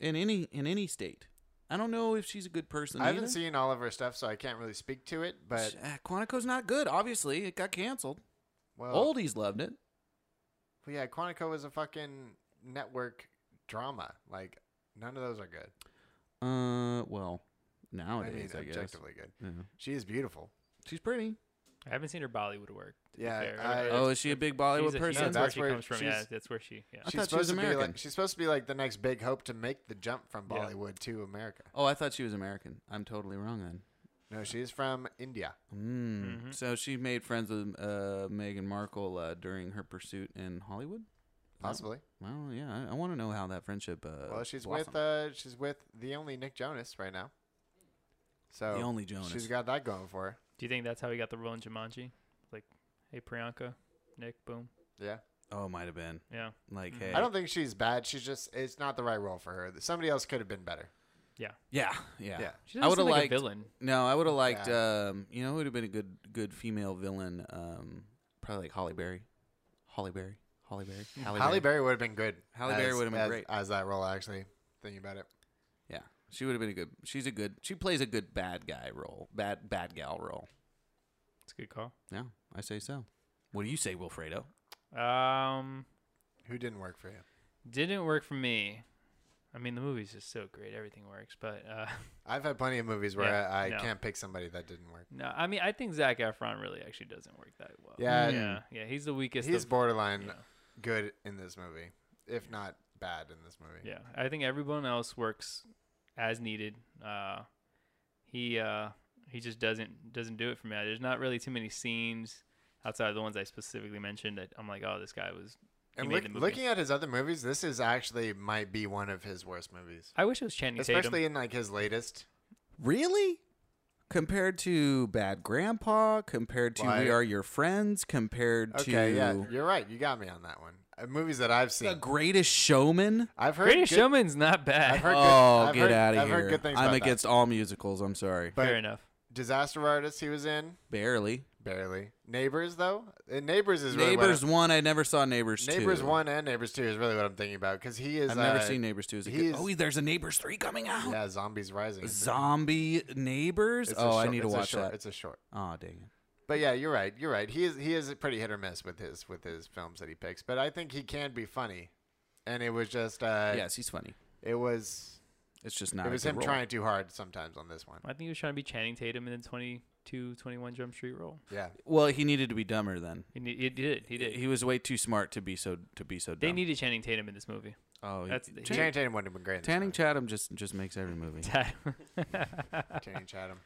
S2: in any in any state. I I don't know if she's a good person.
S3: I haven't
S2: either.
S3: seen all of her stuff, so I can't really speak to it. But
S2: Uh, Quantico's not good. Obviously, it got canceled.
S3: well,
S2: Oldies loved it.
S3: well, yeah, Quantico was a fucking network drama. Like none of those are good.
S2: Uh, well,
S3: I mean,
S2: nowadays I, guess
S3: objectively good.
S2: Yeah.
S3: She is beautiful.
S2: she's pretty.
S1: I haven't seen her Bollywood work. to be
S3: Yeah,
S1: fair.
S3: I-
S1: Uh,
S2: Oh, is she a big Bollywood
S1: she's a-
S2: person?
S1: That's,
S3: No,
S1: where
S3: that's
S1: she
S3: where
S1: comes from. Yeah,
S3: she's-
S1: that's where she. Yeah.
S2: I thought she was
S3: to be
S2: American.
S3: like she's supposed to be like the next big hope to make the jump from
S1: Yeah.
S3: Bollywood to America.
S2: Oh, I thought she was American. I'm totally wrong then.
S3: No, she's from India.
S2: Mm. So she made friends with uh, Meghan Markle uh, during her pursuit in Hollywood.
S3: Possibly.
S2: Well, yeah, I, I want to know how that friendship. Uh,
S3: Well, she's with
S2: blossomed.
S3: uh, she's with the only Nick Jonas right now. So
S2: The only Jonas.
S3: uh, She's got that going for her.
S1: Do you think that's how he got the role in Jumanji? Like, hey Priyanka, Nick, boom,
S3: Yeah.
S2: oh, it might have been
S1: yeah,
S2: like, hey,
S3: I don't think she's bad. She's just it's not the right role for her. Somebody else could have been better.
S1: yeah.
S2: yeah, yeah.
S3: Yeah.
S1: She
S2: I
S1: doesn't
S2: would have
S1: seem like
S2: liked.
S1: a villain.
S2: No, I would have liked.
S3: Yeah.
S2: Um, you know, who would have been a good, good female villain. Um, probably like Holly Berry, Holly Berry, Holly Berry, Halle
S3: Halle Berry would have been good.
S2: Halle Berry
S3: as-
S2: would have been
S3: as-
S2: great.
S3: as that role actually. Thinking about it.
S2: Yeah, she would have been a good. She's a good. She plays a good bad guy role, bad bad gal role.
S1: It's a good call.
S2: Yeah, I say so. What do you say, Wilfredo?
S1: Um,
S3: Who didn't work for you?
S1: didn't work for me. I mean, the movie's just so great. Everything works, but uh,
S3: I've had plenty of movies where
S1: Yeah,
S3: I, I
S1: no.
S3: can't pick somebody that didn't work.
S1: no, I mean, I think Zach Efron really actually doesn't work that well.
S3: Yeah,
S1: yeah, yeah. He's the weakest.
S3: He's
S1: of,
S3: borderline
S1: yeah.
S3: good in this movie, if not bad in this movie.
S1: Yeah, I think everyone else works as needed. Uh, he uh, he just doesn't doesn't do it for me. There's not really too many scenes outside of the ones I specifically mentioned that I'm like, oh, this guy was. He
S3: And
S1: made
S3: look,
S1: the movie.
S3: looking at his other movies, this is actually might be one of his worst movies,
S1: I wish it was Channing
S3: especially
S1: Tatum.
S3: in like his latest.
S2: Really? Compared to Bad Grandpa, compared to
S3: Why?
S2: We Are Your Friends, compared
S3: Okay,
S2: to
S3: yeah, you're right. You got me on that one. Uh, movies that I've
S2: The
S3: seen,
S2: Greatest Showman.
S3: I've heard.
S1: Greatest
S3: good-
S1: Showman's not bad.
S3: I've heard good,
S2: oh,
S3: I've
S2: get
S3: heard-
S2: out of
S3: I've
S2: here!
S3: Heard good things
S2: I'm
S3: about
S2: against all musicals. I'm sorry,
S3: That. But
S1: Fair enough.
S3: Disaster Artist, he was in
S2: barely.
S3: barely. Neighbors, though, Uh, Neighbors is really what
S2: Neighbors
S3: I-
S2: one. I never saw Neighbors two.
S3: Neighbors one and Neighbors two is really what I'm thinking about because he is.
S2: I've never
S3: uh,
S2: seen Neighbors two. As a
S3: he
S2: kid.
S3: is-
S2: Oh, there's a Neighbors three coming out.
S3: Yeah, Zombies Rising.
S2: Zombie Neighbors.
S3: It's a
S2: oh, I
S3: short-
S2: need to
S3: it's a
S2: watch
S3: short-
S2: that.
S3: It's a short.
S2: Oh, dang it.
S3: But yeah, you're right. You're right. He is he is pretty hit or miss with his with his films that he picks. But I think he can be funny, and it was just uh,
S2: yes, he's funny.
S3: it was
S2: It's just not.
S3: it was
S2: a good
S3: him
S2: role.
S3: trying too hard sometimes on this one.
S1: I think he was trying to be Channing Tatum in the 22, 21 Jump Street role.
S3: Yeah,
S2: Well, he needed to be dumber then.
S1: He, ne- he did. He did.
S2: He was way too smart to be so to be so dumb.
S1: they needed Channing Tatum in this movie.
S2: Oh,
S1: That's-
S2: he,
S1: he-
S3: Channing Tatum wouldn't have been great. in this
S2: Tanning
S3: movie.
S2: Chatham just just makes every movie.
S3: Channing Chatham.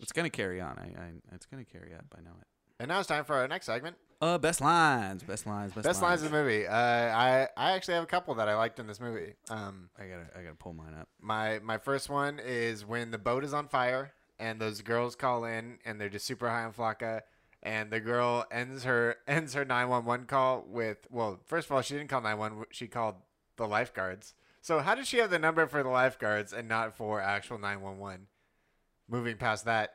S2: It's gonna carry on. I, I it's gonna carry on. I know it.
S3: And now it's time for our next segment.
S2: Uh, best lines. Best lines. Best,
S3: Best lines of the movie. Uh, I I actually have a couple that I liked in this movie. Um,
S2: I gotta I gotta pull mine up.
S3: my my first one is when the boat is on fire and those girls call in and they're just super high on flaca and the girl ends her ends her 911 call with well first of all she didn't call 911 she called the lifeguards so how did she have the number for the lifeguards and not for actual 911 moving past that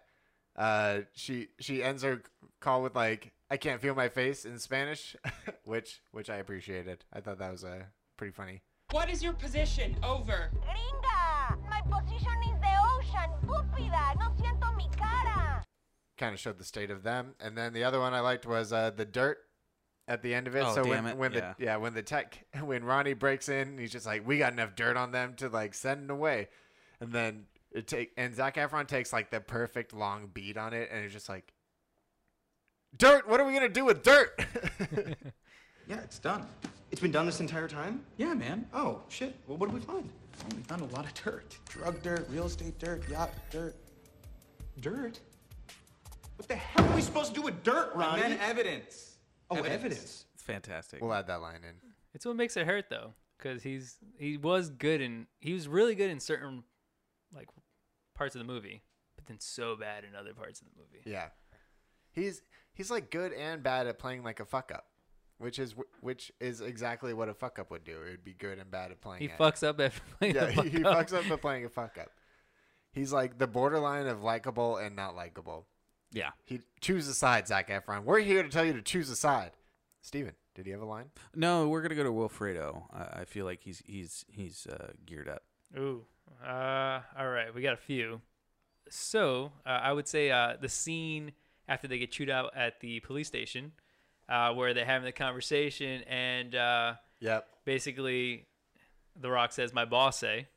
S3: uh she she ends her call with like i can't feel my face in spanish which which i appreciated i thought that was uh, pretty funny
S6: What is your position? Over.
S8: Gringa, my position is the ocean. Púpida, no siento mi cara.
S3: kind of showed the state of them. And then the other one I liked was uh, the dirt at the end of it.
S2: Oh,
S3: so
S2: damn
S3: when,
S2: it,
S3: when
S2: yeah.
S3: the yeah when the tech when Ronnie breaks in, he's just like, "We got enough dirt on them to like send them away." And then it take and Zach Efron takes like the perfect long beat on it, and it's just like, "Dirt. What are we gonna do with dirt?"
S9: Yeah, it's done.
S5: It's been done this entire time?
S9: Yeah, man.
S5: Oh, shit. Well, what did we find?
S9: Oh, we found a lot of dirt.
S10: Drug dirt, real estate dirt, yacht dirt.
S5: Dirt? What the hell are we supposed to do with dirt, Ronnie?
S9: And then evidence.
S5: oh, evidence.
S2: It's fantastic.
S3: we'll add that line in.
S1: It's what makes it hurt though, because he's he was good in he was really good in certain like parts of the movie, but then so bad in other parts of the movie.
S3: Yeah, he's he's like good and bad at playing like a fuck up. Which is which is exactly what a fuck up would do. It would be good and bad at playing.
S1: He
S3: it.
S1: fucks up after playing
S3: yeah,
S1: the
S3: he,
S1: fuck
S3: he
S1: up.
S3: fucks up by playing a fuck up. He's like the borderline of likable and not likable.
S2: Yeah.
S3: He choose a side, Zach Efron. We're here to tell you to choose a side. Steven, did he have a line?
S2: No, we're gonna go to Wilfredo. I, I feel like he's he's he's uh, geared up.
S1: Ooh, Uh, all right, we got a few. So uh, I would say uh, the scene after they get chewed out at the police station, uh, where they're having the conversation, and uh,
S3: Yep.
S1: basically, The Rock says, "My boss say,"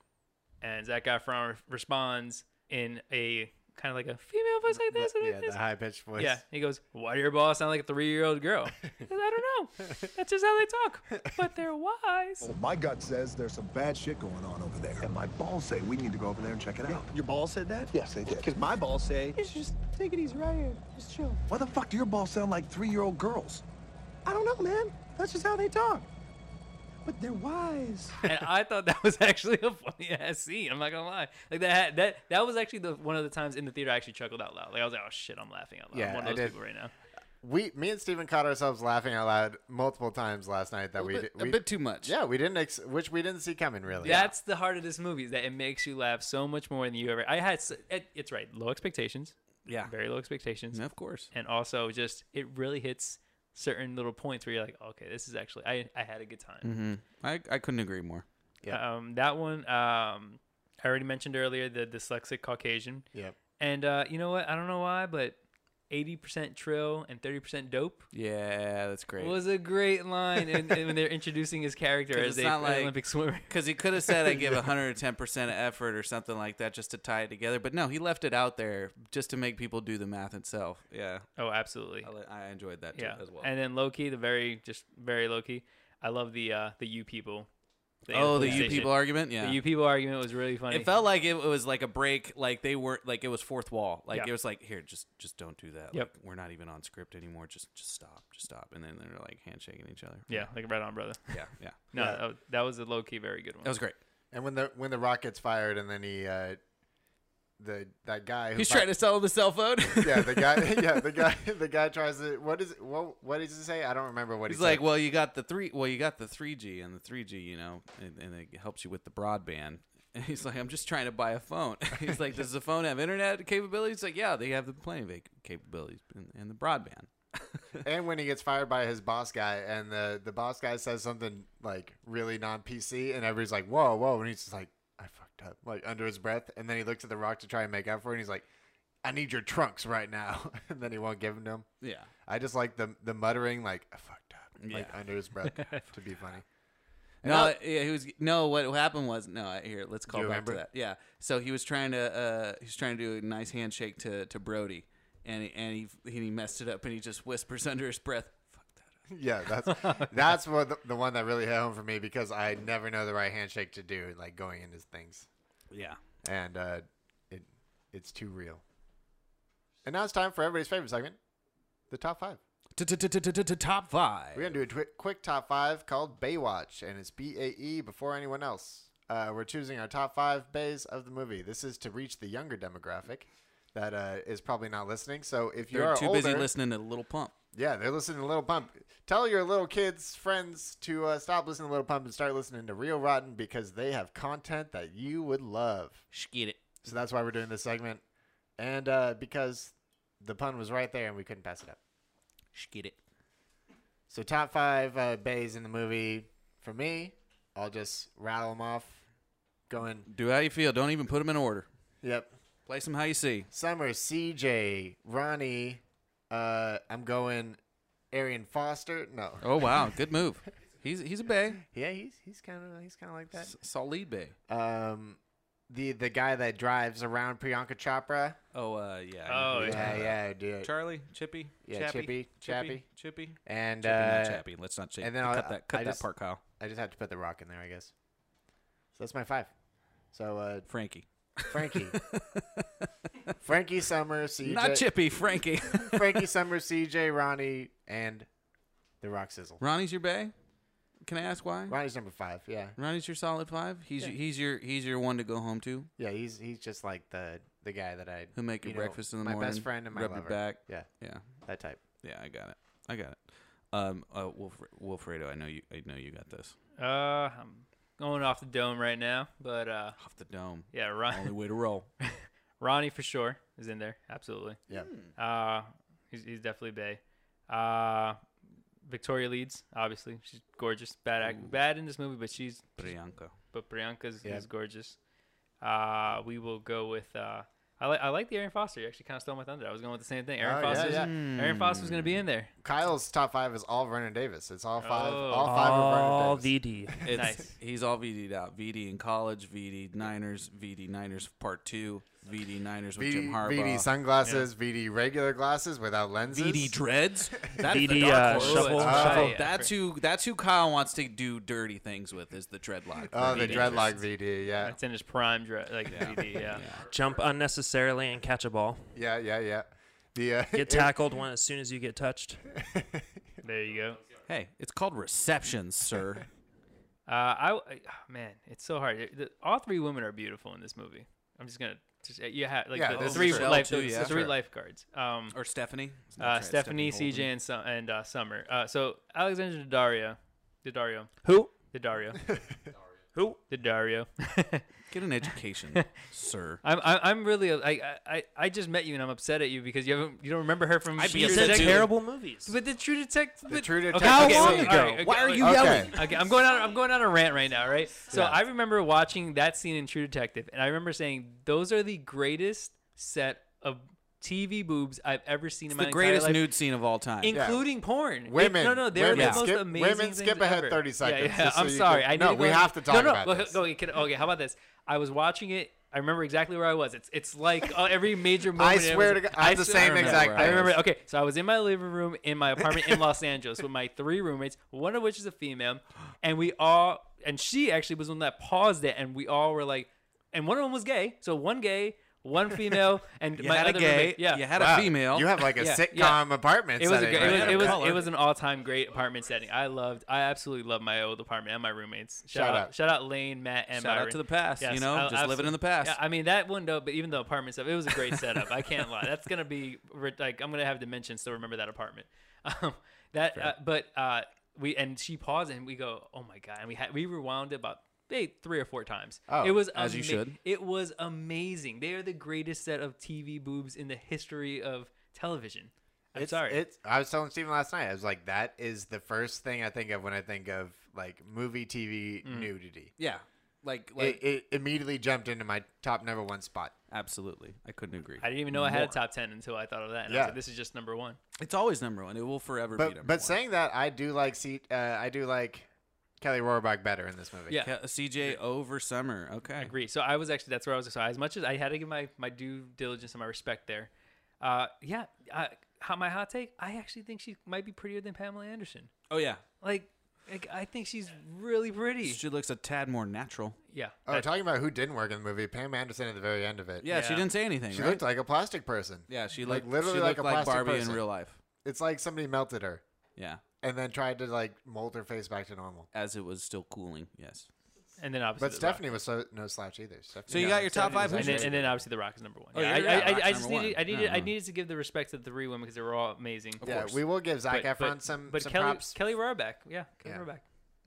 S1: and Zach Efron re- responds in a kind of like a female voice like this.
S3: Yeah,
S1: like
S3: the
S1: this.
S3: high pitched voice.
S1: Yeah, he goes, "Why do your balls sound like a three-year-old girl?" He goes, I don't know. That's just how they talk, but they're wise.
S7: Well, my gut says there's some bad shit going on over there. And my balls say we need to go over there and check it out.
S5: Your balls said that?
S7: Yes, they did.
S5: Because my balls say,
S10: It's just take it easy, right here. Just chill.
S7: Why the fuck do your balls sound like three-year-old girls?
S10: I don't know, man. That's just how they talk. But they're wise.
S1: and I thought that was actually a funny ass scene. I'm not gonna lie. Like that had, that that was actually the one of the times in the theater I actually chuckled out loud. Like I was like, oh shit, I'm laughing out loud.
S3: Yeah,
S1: I'm one
S3: I
S1: of those
S3: did.
S1: people right now.
S3: We, me and Steven caught ourselves laughing out loud multiple times last night that we,
S2: bit-
S3: di-
S2: a
S3: we
S2: bit too much.
S3: Yeah, we didn't ex- which we didn't see coming really.
S1: That's the heart of this movie is that it makes you laugh so much more than you ever. I had s- it, it's right, low expectations,
S2: Yeah.
S1: very low expectations,
S2: And of course.
S1: and also just it really hits certain little points where you're like, okay, this is actually I I had a good time.
S2: Mm-hmm. I, I couldn't agree more.
S1: Um, that one um, I already mentioned earlier the dyslexic Caucasian.
S3: Yep.
S1: And uh, you know what? I don't know why, but 80% trill and 30% dope
S2: Yeah, that's great.
S1: was a great line in, in- when they're introducing his character
S2: 'Cause
S1: as
S2: it's
S1: a,
S2: not like-
S1: Olympic swimmer.
S2: Because he could have said, I give 110% effort or something like that just to tie it together. But no, he left it out there just to make people do the math itself. Yeah.
S1: Oh, absolutely.
S2: I, li- I enjoyed that too,
S1: Yeah.
S2: as well.
S1: And then low key, the very just very low key. I love the uh, the you people. thing at
S2: oh, the
S1: police
S2: you
S1: station.
S2: people argument? Yeah.
S1: The you people argument was really funny.
S2: it felt like it was like a break, like they were like it was fourth wall. Like
S1: Yeah.
S2: it was like here, just just don't do that.
S1: Yep.
S2: Like, we're not even on script anymore. Just just stop, just stop. And then they're like handshaking each other.
S1: yeah, like right on, brother.
S2: yeah, yeah.
S1: No, that, was- that was a low key, very good one.
S2: That was great.
S3: And when the when the rock gets fired and then he uh the that guy who
S2: He's
S3: fi-
S2: trying to sell the cell phone.
S3: Yeah, the guy yeah, the guy the guy tries to what is it what what does he say? I don't remember what
S2: He's
S3: he
S2: like,
S3: said.
S2: well, you got the three. Well, you got the three G and the three G, you know, and, and it helps you with the broadband. And he's like, I'm just trying to buy a phone. He's like, does the phone have internet capabilities? Like, yeah, they have the plenty of capabilities and, and the broadband.
S3: and when he gets fired by his boss guy and the the boss guy says something like really non PC and everybody's like, Whoa, whoa and he's just like, I fucked up like under his breath and then he looks at the rock to try and make up for it and he's like, I need your trunks right now and then he won't give them to him.
S2: Yeah,
S3: I just like the the muttering like I fucked up. Like
S2: Yeah.
S3: under his breath to be funny.
S2: No, uh, yeah, he was no. What happened was no. Here, let's call
S3: you
S2: back
S3: remember?
S2: to that. Yeah. So he was trying to uh, he was trying to do a nice handshake to to Brody, and he, and he and he messed it up, and he just whispers under his breath, "Fuck that."
S3: Yeah, that's that's what the, the one that really hit home for me because I never know the right handshake to do like going into things,
S2: Up. Yeah.
S3: and uh, it it's too real. And now it's time for everybody's favorite segment, the top five.
S2: Top
S3: We're
S2: five.
S3: gonna do a twi- quick top five called Baywatch, and it's B A E before anyone else. Uh, we're choosing our top five bays of the movie. This is to reach the younger demographic that uh, is probably not listening. So if you
S2: You're
S3: are
S2: too
S3: older,
S2: busy listening to Little Pump.
S3: Yeah, they're listening to Little Pump. Tell your little kids, friends, to uh, stop listening to Little Pump and start listening to Real Rotten because they have content that you would love.
S2: Skid it.
S3: So that's why we're doing this segment, and uh, because the pun was right there and we couldn't pass it up.
S2: Skid it.
S3: So top five uh, bays in the movie for me. I'll just rattle them off. Going,
S2: Do how you feel. Don't even put them in order.
S3: yep.
S2: Place them how you see.
S3: Summer, CJ, Ronnie. Uh, I'm going. Arian Foster. No.
S2: Oh wow, good move. He's he's a bay.
S3: Yeah, he's he's kind of he's kind of like that.
S2: S- Solid bay.
S3: um the the guy that drives around Priyanka Chopra.
S2: Oh uh, yeah.
S1: Oh,
S2: yeah.
S3: yeah, yeah, dude.
S2: Charlie, Chippy,
S3: Yeah,
S2: Chappy,
S3: Chippy, Chappy.
S2: Chippy.
S3: and
S2: Chippy,
S3: uh,
S2: not Chappy. Let's not
S3: and
S2: and
S3: then I'll-
S2: cut that. Cut
S3: I
S2: that
S3: just-
S2: part, Kyle.
S3: I just had to put the rock in there, I guess. So that's my five. So uh,
S2: Frankie.
S3: Frankie, Frankie Summers, CJ,
S2: Not Chippy. Frankie.
S3: Frankie Summers, CJ, Ronnie, and the Rock Sizzle.
S2: Ronnie's your bay. Can I ask why?
S3: Ronnie's number five. Yeah,
S2: Ronnie's your solid five. He's your, he's your he's your one to go home to.
S3: yeah. He's he's just like the the guy that I
S2: Who make your
S3: you know,
S2: breakfast in the
S3: my
S2: morning?
S3: best friend and my
S2: rub
S3: lover.
S2: your back.
S3: Yeah,
S2: Yeah,
S3: that type.
S2: yeah. I got it. I got it. Um, uh, Wolf, Wolfredo, I know you. I know you got this
S1: Uh, I'm going off the dome right now, but uh,
S2: off the dome.
S1: yeah, Ron-
S2: Only way to roll.
S1: Ronnie for sure is in there. Absolutely.
S3: Yeah.
S1: Uh, he's, he's definitely Bay. Uh, Victoria Leeds, obviously, she's gorgeous. Bad act, bad in this movie, but she's
S2: Priyanka.
S1: but Priyanka's
S3: Yeah.
S1: is gorgeous. Uh, we will go with. Uh, I like I like the Aaron Foster. You actually kind of stole my thunder. I was going with the same thing. Aaron
S3: Oh, yeah,
S1: Foster.
S3: yeah.
S1: Aaron Foster was going to be in there.
S3: Kyle's top five is all Vernon Davis. It's all five.
S1: Oh.
S3: All five
S4: All
S3: of Vernon Davis.
S4: VD.
S2: It's,
S1: Nice.
S2: He's all VD'd out. VD in college, VD Niners, VD Niners Part 2, VD Niners with Jim
S3: VD,
S2: Harbaugh.
S3: VD sunglasses, VD regular glasses without lenses.
S2: VD dreads. That's the
S4: VD,
S2: dark
S4: uh,
S2: horse.
S4: shuffle-
S1: Oh, shuffle. yeah.
S2: That's who. That's who Kyle wants to do dirty things with. Is the dreadlock.
S3: Oh,
S2: for
S3: the
S2: VD.
S3: dreadlock VD. Yeah.
S1: That's in his prime dress. Like DVD, yeah.
S4: Jump unnecessarily and catch a ball.
S3: Yeah, yeah, yeah. The uh,
S4: Get tackled one as soon as you get touched.
S1: There you go.
S2: Hey, it's called receptions, sir.
S1: Uh, I w- I- oh, man, it's so hard. The- the- all three women are beautiful in this movie. I'm just gonna just you have like
S3: Yeah,
S1: the, the
S3: oh, for
S1: three
S2: sure.
S1: life
S2: Too,
S1: the,
S2: yeah.
S1: the three
S2: Sure.
S1: lifeguards. Um,
S2: or Stephanie. That's
S1: uh,
S2: right,
S1: Stephanie, CJ,
S2: Holden.
S1: and Su- and uh, Summer. Uh, so Alexandra Daddario, Daddario,
S4: Who?
S1: Daddario,
S4: Who?
S1: Daddario.
S2: Get an education, sir.
S1: I'm I- I'm really I I- I I just met you and I'm upset at you because you haven't you don't remember her from
S2: I'd be
S1: True
S2: upset
S1: Detective.
S2: too.
S4: Terrible movies.
S1: But the True Detective. but-
S3: True
S1: okay, okay,
S3: Detective How
S1: wait,
S3: long
S1: all
S2: ago?
S1: right, okay,
S2: Why are
S1: wait,
S2: you yelling?
S1: Okay, I'm going on. I'm going on a rant right now, right? So I remember watching that scene in True Detective, and I remember saying those are the greatest set of TV boobs I've ever seen in
S2: It's
S1: my
S2: the greatest
S1: entire life,
S2: nude scene of all time.
S1: including porn. It-
S3: Women,
S1: no, no, they're
S3: women,
S1: the most
S3: skip-
S1: amazing.
S3: women, skip
S1: things
S3: ahead
S1: ever.
S3: 30 seconds,
S1: Yeah, yeah.
S3: just so
S1: I'm
S3: you
S1: sorry.
S3: can-
S1: I need
S3: No,
S1: to go
S3: we
S1: to-
S3: have to
S1: no,
S3: talk
S1: no,
S3: about
S1: go-
S3: this.
S1: go- okay, okay, how about this? I was watching it. I remember exactly where I was. It's it's like uh, every major moment.
S3: I
S1: it
S3: swear
S1: was-
S3: to God, I had the
S1: swear-
S3: same
S2: remember
S3: exact.
S2: where
S1: I
S3: thing.
S1: remember. Okay, so I was in my living room in my apartment in Los Angeles with my three roommates, one of which is a female, and we all and she actually was the one that paused it, and we all were like, and one of them was gay, so one gay, one female, and
S2: You
S1: my
S2: had a
S1: other
S2: gay.
S1: roommate- yeah,
S2: You had
S3: Wow,
S2: a female.
S3: You have like a
S1: Yeah,
S3: sitcom
S1: yeah.
S3: apartment.
S1: it was, a,
S3: setting
S1: great-
S3: right
S1: it
S3: now.
S1: was it was
S2: Color.
S1: it was an all time great apartment setting. I loved I absolutely loved my old apartment and my roommates. Shout,
S3: Shout
S1: out,
S3: out.
S1: shout out Lane, Matt, and
S2: Shout out
S1: Myron.
S2: to the past, you know, just living
S1: absolutely.
S2: in the past.
S1: Yeah, I mean that window, but even the apartment stuff, it was a great setup. I can't lie. That's gonna be re- like I'm gonna have dementia, and still remember that apartment. Um, that uh, but uh, we and she paused and we go, oh my god, and we had we rewound it about. Hey, three or four times.
S3: Oh,
S1: it was
S2: as you should.
S1: It was amazing. They are the greatest set of TV boobs in the history of television. I'm
S3: it's,
S1: sorry.
S3: It's, I was telling Steven last night. I was like, that is the first thing I think of when I think of like movie, TV
S2: Mm.
S3: nudity.
S2: yeah. Like, like
S3: it, it immediately jumped into my top number one spot.
S2: absolutely. I couldn't agree.
S1: I didn't even know I had a
S2: more.
S1: top ten until I thought of that. And I
S3: Yeah.
S1: was like, this is just number one.
S2: It's always number one. It will forever be
S3: But
S2: number
S3: but
S2: one.
S3: saying that, I do like see, uh, I do like Kelly Rohrbach better in this movie.
S1: Yeah.
S2: Ca- CJ over summer. Okay. I
S1: Agree. So I was actually that's where I was. So as much as I had to give my my due diligence and my respect there, uh, yeah. I, how, my hot take: I actually think she might be prettier than Pamela Anderson.
S2: Oh yeah.
S1: Like, like I think she's really pretty.
S2: She looks a tad more natural.
S1: yeah.
S3: Oh,
S1: that-
S3: talking about who didn't work in the movie, Pam Anderson at the very end of it.
S2: Yeah, she
S1: Yeah.
S2: didn't say anything.
S3: She
S2: right?
S3: looked like a plastic person.
S2: yeah, she
S3: like
S2: looked
S3: literally
S2: she
S3: like
S2: looked
S3: a
S2: like
S3: plastic
S2: Barbie
S3: person.
S2: in real life.
S3: It's like somebody melted her
S2: Yeah,
S3: and then tried to like mold her face back to normal.
S2: as it was still cooling. Yes.
S1: and then obviously.
S3: But
S1: The
S3: Stephanie was so, no slouch either. Stephanie
S2: So you got your top five.
S1: Rock. And then,
S2: Who's
S1: and then obviously the Rock is number one.
S2: Oh,
S1: yeah, I,
S2: you're- yeah,
S1: I,
S2: Rock's
S1: I, I just
S2: number
S1: needed
S2: one.
S1: I needed I
S2: Mhm.
S1: needed to give the respect to the three women because they were all amazing.
S3: Uh-huh. Yeah,
S2: course.
S3: we will give Zach
S1: But-
S3: Efron
S1: but-
S3: some,
S1: But
S3: some
S1: Kelly
S3: props.
S1: Kelly Rohrbach, yeah, Kelly
S3: Yeah.
S1: Rohrbach,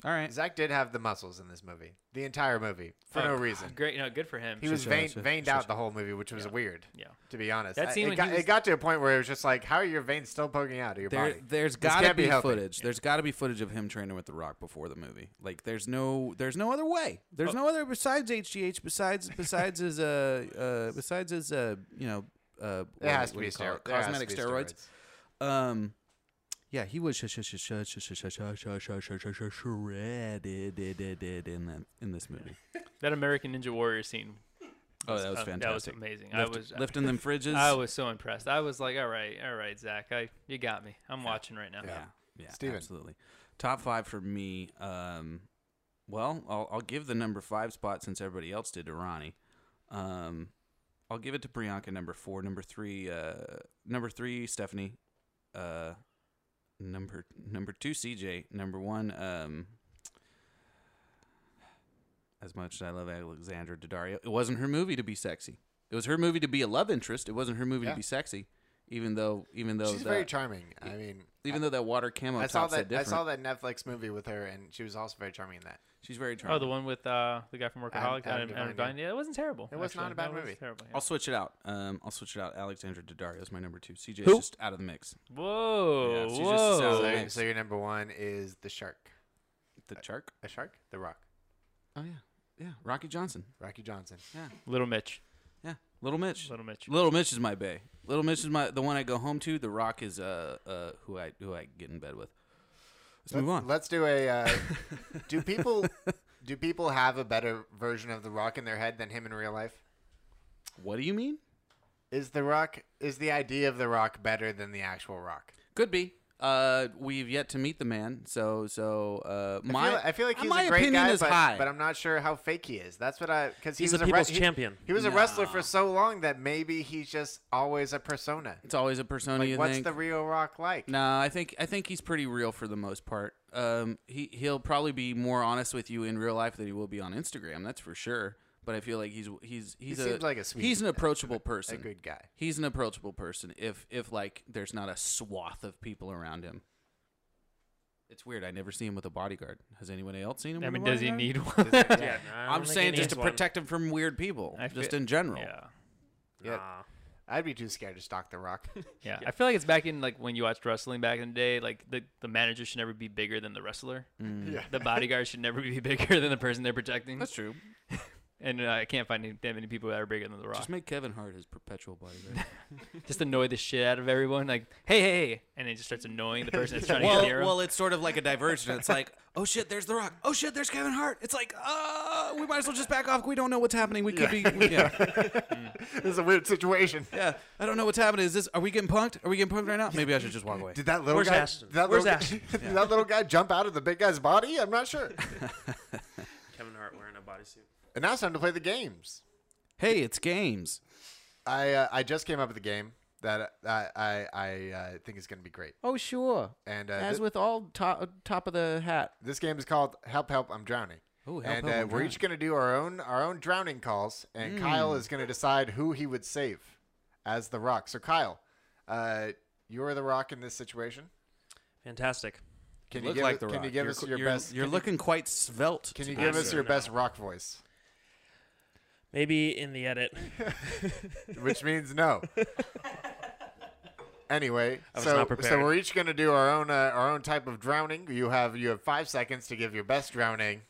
S2: All right.
S3: Zach did have the muscles in this movie, the entire movie, for
S1: Oh,
S3: no
S1: God,
S3: reason.
S1: Great, no, good for him.
S3: He was
S2: sure,
S3: veined,
S2: sure,
S3: veined
S2: sure,
S3: out the whole movie, which was weird.
S1: Yeah.
S3: To be honest,
S1: That
S3: I-
S1: scene
S3: it,
S1: when he
S3: got,
S1: was-
S3: it got to a point where it was just like, how are your veins still poking out of your
S2: There,
S3: body?
S2: there's
S3: This
S2: got to
S3: can't
S2: be,
S3: healthy.
S2: footage. There's got to be footage of him training with The Rock before the movie. Like, there's no, there's no other way.
S3: Oh.
S2: There's no other besides HGH. Besides, besides his, uh, uh, besides his, uh, you know, uh,
S3: There
S2: what-
S3: has to
S2: what
S3: be
S2: do you call
S3: steroids.
S2: it? cosmetic steroids. Um, yeah, he was sh- sh- sh- sh- sh- sh- sh- sh- sh- sh- sh- sh- sh- shredded in that in this movie.
S1: That American Ninja Warrior scene.
S2: Oh, that was
S1: uh,
S2: fantastic.
S1: That was amazing. I was
S2: lifting them fridges.
S1: I was so impressed. I was like, all right, all right, Zach, I you got me. I'm watching right now.
S2: yeah, yeah,
S3: Steven.
S2: absolutely. Top five for me. Um, well, I'll, I'll give the number five spot since everybody else did to Ronnie. Um, I'll give it to Priyanka. Number four, number three, uh, number three, Stephanie. Uh, number number two, CJ. Number one, um. As much as I love Alexandra Daddario, it wasn't her movie to be sexy. It was her movie to be a love interest. It wasn't her movie
S3: Yeah.
S2: to be sexy. Even though, even though
S3: She's
S2: the-
S3: very charming. I mean,
S2: even though that water camo
S3: I
S2: top's
S3: saw
S2: so
S3: that. I
S2: different.
S3: saw that Netflix movie with her, and she was also very charming in that.
S2: She's very charming.
S1: Oh, the one with uh, the guy from Workaholics, Adam,
S3: Adam
S1: Adam,
S3: Devine,
S1: Devine. Yeah, it wasn't terrible.
S3: It was not
S1: actually.
S3: a bad
S1: That was
S3: movie.
S1: Terrible. yeah.
S2: I'll switch it out. Um, I'll switch it out. Alexandra Daddario is my number two. CJ is
S4: Who?
S2: just out of the mix.
S1: Whoa,
S2: Yeah, she just
S1: whoa.
S2: sounds
S3: So,
S2: nice.
S3: so your number one is the shark.
S2: The shark.
S3: A shark? The rock.
S2: Oh yeah. Yeah, Rocky Johnson.
S3: Rocky Johnson.
S2: Yeah.
S1: Little Mitch.
S2: Yeah, Little Mitch.
S1: Little Mitch.
S2: Little Mitch is my bay. Little Mitch is my the one I go home to. The Rock is uh uh who I who I get in bed with. Let's move on.
S3: Let's do a. Uh, do people do people have a better version of The Rock in their head than him in real life?
S2: What do you mean?
S3: Is The Rock is the idea of The Rock better than the actual Rock?
S2: Could be. Uh, we've yet to meet the man, so so uh, my
S3: I feel, I feel like
S2: uh,
S3: he's
S2: my
S3: a great
S2: opinion
S3: guy,
S2: is
S3: but,
S2: high.
S3: but I'm not sure how fake he is. That's what I because
S4: He's
S3: was
S4: a
S3: wre-
S4: people's
S3: he-
S4: champion.
S3: He was a wrestler for so long that maybe he's just always a persona.
S2: it's always a persona.
S3: Like,
S2: you
S3: what's
S2: think?
S3: the real Rock like?
S2: No, I think I think he's pretty real for the most part. Um, he he'll probably be more honest with you in real life than he will be on Instagram. That's for sure. But I feel like he's he's he's a
S3: seems like a sweet-
S2: he's an approachable person,
S3: good guy.
S2: He's an approachable person. If if like there's not a swath of people around him, it's weird. I never see him with a bodyguard. Has anybody else seen him?
S1: I
S2: with a
S1: mean, does he need
S2: bodyguard?
S1: one?
S4: Yeah, no, I
S2: I'm
S4: don't think
S2: saying
S4: he
S2: just to
S4: needs one.
S2: protect him from weird people,
S1: I
S2: just
S1: feel-
S2: in general.
S1: Yeah.
S3: Yeah.
S4: Nah.
S3: I'd be too scared to stalk The Rock.
S1: yeah, I feel like it's back in like when you watched wrestling back in the day. Like the, the manager should never be bigger than the wrestler.
S3: Yeah.
S1: The bodyguard should never be bigger than the person they're protecting.
S2: That's true.
S1: and uh, I can't find any, that many people that are bigger than the Rock.
S2: Just
S1: Just,
S2: make Kevin Hart his perpetual bodyguard.
S1: annoy the shit out of everyone. Like, hey, hey, hey, and it just starts annoying the person that's trying to
S2: well,
S1: get near him.
S2: well, it's sort of like a diversion. It's like, oh shit, there's The Rock. Oh shit, there's Kevin Hart. It's like, uh, we might as well just back off. We don't know what's happening. We could be, we- yeah,
S3: this is a weird situation.
S2: yeah. I don't know what's happening. Is this? Are we getting punked? Are we getting punked right now? Maybe I should just walk away.
S3: Did that little
S4: Where's
S3: guy?
S4: Ashton?
S3: Did that
S4: Where's
S3: little,
S4: Ashton?
S3: did that little guy jump out of the big guy's body? I'm not sure.
S4: Kevin Hart wearing a bodysuit.
S3: and now it's time to play the games.
S2: Hey, it's games.
S3: I uh, I just came up with a game that I I, I uh, think is going to be great.
S2: Oh sure.
S3: And, uh, thi-
S2: with all top top of the hat.
S3: This game is called Help Help I'm Drowning.
S2: Ooh, Help,
S3: and
S2: Help,
S3: uh,
S2: I'm Hmm.
S3: we're each going to do our own our own drowning calls, and Kyle is going to decide who he would save as the rock. So Kyle, uh, you're the rock in this situation.
S4: Fantastic.
S3: Can
S2: Look
S3: you give
S2: like
S3: us-
S2: the
S3: Can
S2: rock.
S3: you give
S2: You're
S3: us
S2: qu-
S3: your
S2: you're-
S3: best?
S2: You're
S3: can you-
S2: looking quite svelte.
S3: Can
S2: to
S3: you
S2: be
S3: give
S2: honest.
S3: us your best rock voice?
S4: Maybe in the edit.
S3: Which means no. Anyway,
S4: was
S3: so
S4: not
S3: so
S4: prepared.
S3: we're each going to do our own uh, our own type of drowning. You have you have five seconds to give your best drowning,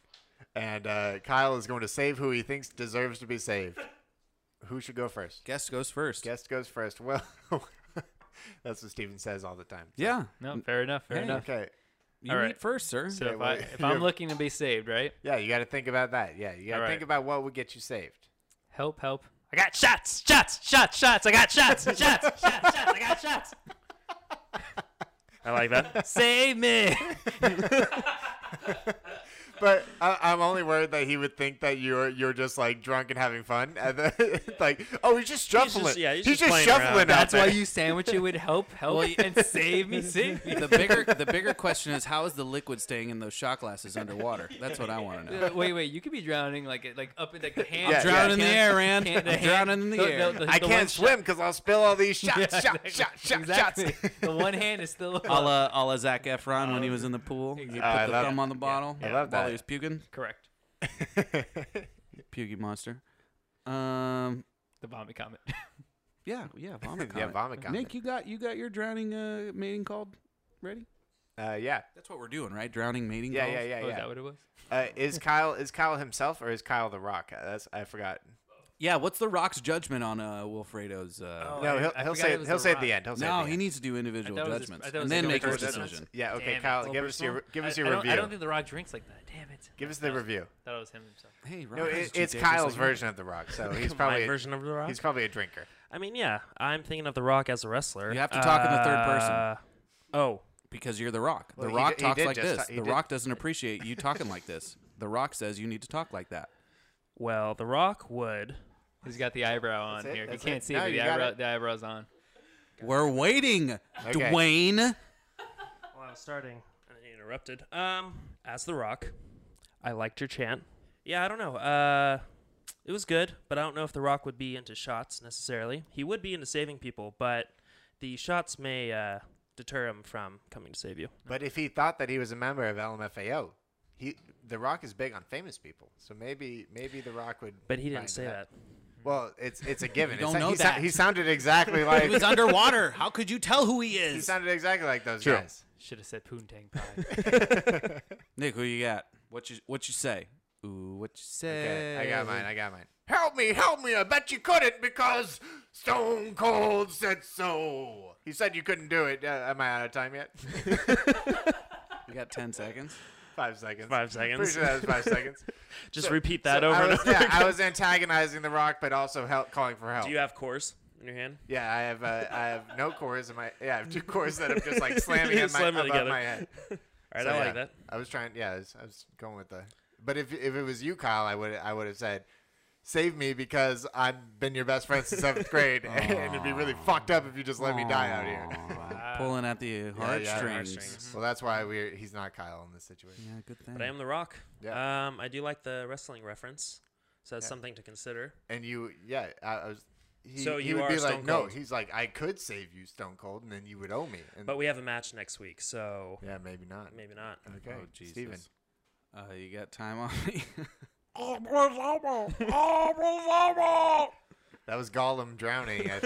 S3: and uh, Kyle is going to save who he thinks deserves to be saved. Who should go first?
S2: Guest goes first.
S3: Guest goes first. Well, that's what Steven says all the time. so-
S2: Yeah.
S1: no, fair enough, fair
S2: Hey.
S1: enough.
S3: Okay.
S2: You
S1: All
S2: eat
S1: right.
S2: first, sir.
S1: So
S3: Okay,
S1: if, I,
S3: wait.
S1: if I'm looking to be saved, right?
S3: Yeah, you got to think about that. Yeah, you got to
S1: All right.
S3: think about what would get you saved.
S1: Help, help. I got shots, shots, shots, shots. I got shots, shots, shots, shots. I got shots.
S4: I like that.
S1: Save me.
S3: But I, I'm only worried that he would think that you're you're just like drunk and having fun, and then, like, oh, he's just shuffling.
S4: just- yeah, he's just playing around.
S3: shuffling. out
S1: That's why
S3: there.
S1: you sandwich it with help, help, and save me, save me.
S2: the bigger the bigger question is how is the liquid staying in those shot glasses underwater? That's what I want to know.
S1: Uh, wait, wait. You could be drowning like it- like up in like the hand.
S3: Yeah,
S2: Drown
S3: yeah.
S2: in the
S1: can't-
S2: air, Rand.
S1: can't- the
S2: I'm
S1: hand-
S2: drowning in the air.
S1: the-
S3: I
S1: the one
S3: can't
S1: shot-
S3: swim because I'll spill all these shots,
S1: Yeah,
S3: shots,
S1: exactly.
S3: shots, shots,
S1: Exactly.
S3: shots.
S1: the one hand is still up.
S2: a la, a la Zac Efron when he was in the pool. He put
S3: Oh, I
S2: the
S3: love
S2: thumb
S3: it.
S2: on the bottle
S3: I love
S2: while
S3: that.
S2: he was puking.
S1: Correct.
S2: Puking monster. Um,
S1: The vomit Oh, comment.
S2: yeah, yeah, vomit
S3: Yeah,
S2: comment.
S3: vomit comment.
S2: Nick, you got you got your drowning uh, mating called ready?
S3: Uh, yeah,
S2: That's what we're doing, right? Drowning mating
S3: yeah,
S2: calls?
S3: yeah, yeah,
S1: Oh, is that
S3: yeah.
S1: what it was?
S3: Uh, is Kyle is Kyle himself or is Kyle the Rock? Uh, That's I forgot.
S2: Yeah, what's the Rock's judgment on uh, Wilfredo's? Uh,
S4: Oh,
S3: No,
S4: I-
S3: he'll,
S4: I
S3: he'll
S4: forgot
S3: say
S4: it
S3: it,
S4: was
S3: he'll
S4: The
S3: say it at
S4: Rock.
S3: the end. He'll say it at
S2: no,
S3: the
S2: he
S3: end.
S2: needs to do individual
S1: I thought it was his-
S2: judgments
S1: I thought it
S2: and
S1: was
S2: then make
S1: individual
S2: his
S1: judgments.
S2: decision.
S3: Yeah. Okay,
S1: Damn it.
S3: Kyle,
S1: Little
S3: give us your
S1: personal?
S3: give us
S1: I,
S3: your
S1: I don't,
S3: review.
S1: I don't think The Rock drinks like that. Damn it.
S3: Give us the review.
S1: Thought it was him himself.
S2: Hey, Rock,
S3: No,
S2: why
S3: it,
S2: don't you
S3: it's
S2: take this
S3: Kyle's
S2: like-
S3: version of The Rock, so he's probably
S4: My version of the rock.
S3: he's probably a drinker.
S4: I mean, yeah. I'm thinking of the Rock as a wrestler.
S2: You have to talk in the third person.
S4: Uh, Oh,
S2: because you're the rock.
S3: Well,
S2: the
S3: he
S2: rock
S3: di- he
S2: talks
S3: did
S2: like
S3: just
S2: this.
S3: ta- he
S2: the
S3: did-
S2: rock doesn't appreciate you talking like this. The rock says you need to talk like that.
S4: well, the Rock would.
S1: He's got the eyebrow on
S3: it,
S1: here. You
S3: that's
S1: can't
S3: it.
S1: see
S3: No,
S1: it, but
S3: you
S1: the,
S3: got
S1: eyebrow,
S3: it.
S1: the eyebrow's on.
S2: We're waiting, Dwayne.
S4: Well, I was starting and then you interrupted. Um, as the Rock, I liked your chant. Yeah, I don't know. Uh, it was good, but I don't know if the Rock would be into shots necessarily. He would be into saving people, but the shots may uh, deter him from coming to save you.
S3: But if he thought that he was a member of LMFAO, he The Rock is big on famous people, so maybe maybe The Rock would.
S4: But he
S3: find
S4: didn't say
S3: that.
S4: that.
S3: Well, it's it's a given.
S2: don't
S3: It's-
S2: know
S3: he, sou-
S2: that.
S3: he sounded exactly like
S2: He was underwater. How could you tell who he
S3: he
S2: is?
S3: sounded exactly like those guys.
S1: Should have said poontang pie.
S2: Nick, who you got? What you what you say? Ooh, what you say?
S11: Okay, I got mine. I got mine.
S3: Help me, help me. I bet you couldn't because Stone Cold said so. He said you couldn't do it. Uh, am I out of time yet?
S2: We got 10 seconds.
S3: five seconds.
S4: Five seconds.
S3: Pretty sure that was five seconds.
S4: Just repeat that over
S3: I
S4: and
S3: was,
S4: over
S3: Yeah, I
S4: again.
S3: was antagonizing The Rock, but also help, calling for help.
S4: Do you have cores in your hand?
S3: yeah, I have. Uh, I have no cores in my. Yeah, I have two cores that I'm just like slamming in my,
S4: Slam it
S3: above
S4: together.
S3: my head.
S4: All right, I like
S3: yeah,
S4: that.
S3: I was trying. Yeah, I was, I was going with the. But if if it was you, Kyle, I would I would have said, "Save me because I've been your best friend since seventh grade, and it'd be really fucked up if you just let me die out here."
S2: Pulling at the
S3: Yeah, yeah,
S2: heartstrings.
S3: Well, that's why we he's not Kyle in this situation.
S2: Yeah, good
S4: But I am The Rock. Yeah. Um, I do like the wrestling reference, so that's
S3: Yeah.
S4: something to consider.
S3: And you, yeah, I, I was. He,
S4: So
S3: he
S4: you
S3: would
S4: are
S3: be
S4: Stone
S3: like, no.
S4: Cold.
S3: He's like, I could save you, Stone Cold, and then you would owe me. And
S4: But we have a match next week, so
S3: yeah, maybe not.
S4: Maybe not.
S3: Okay,
S2: Oh, Jesus.
S3: Steven.
S2: Uh, you got time on me?
S3: that was Gollum drowning, I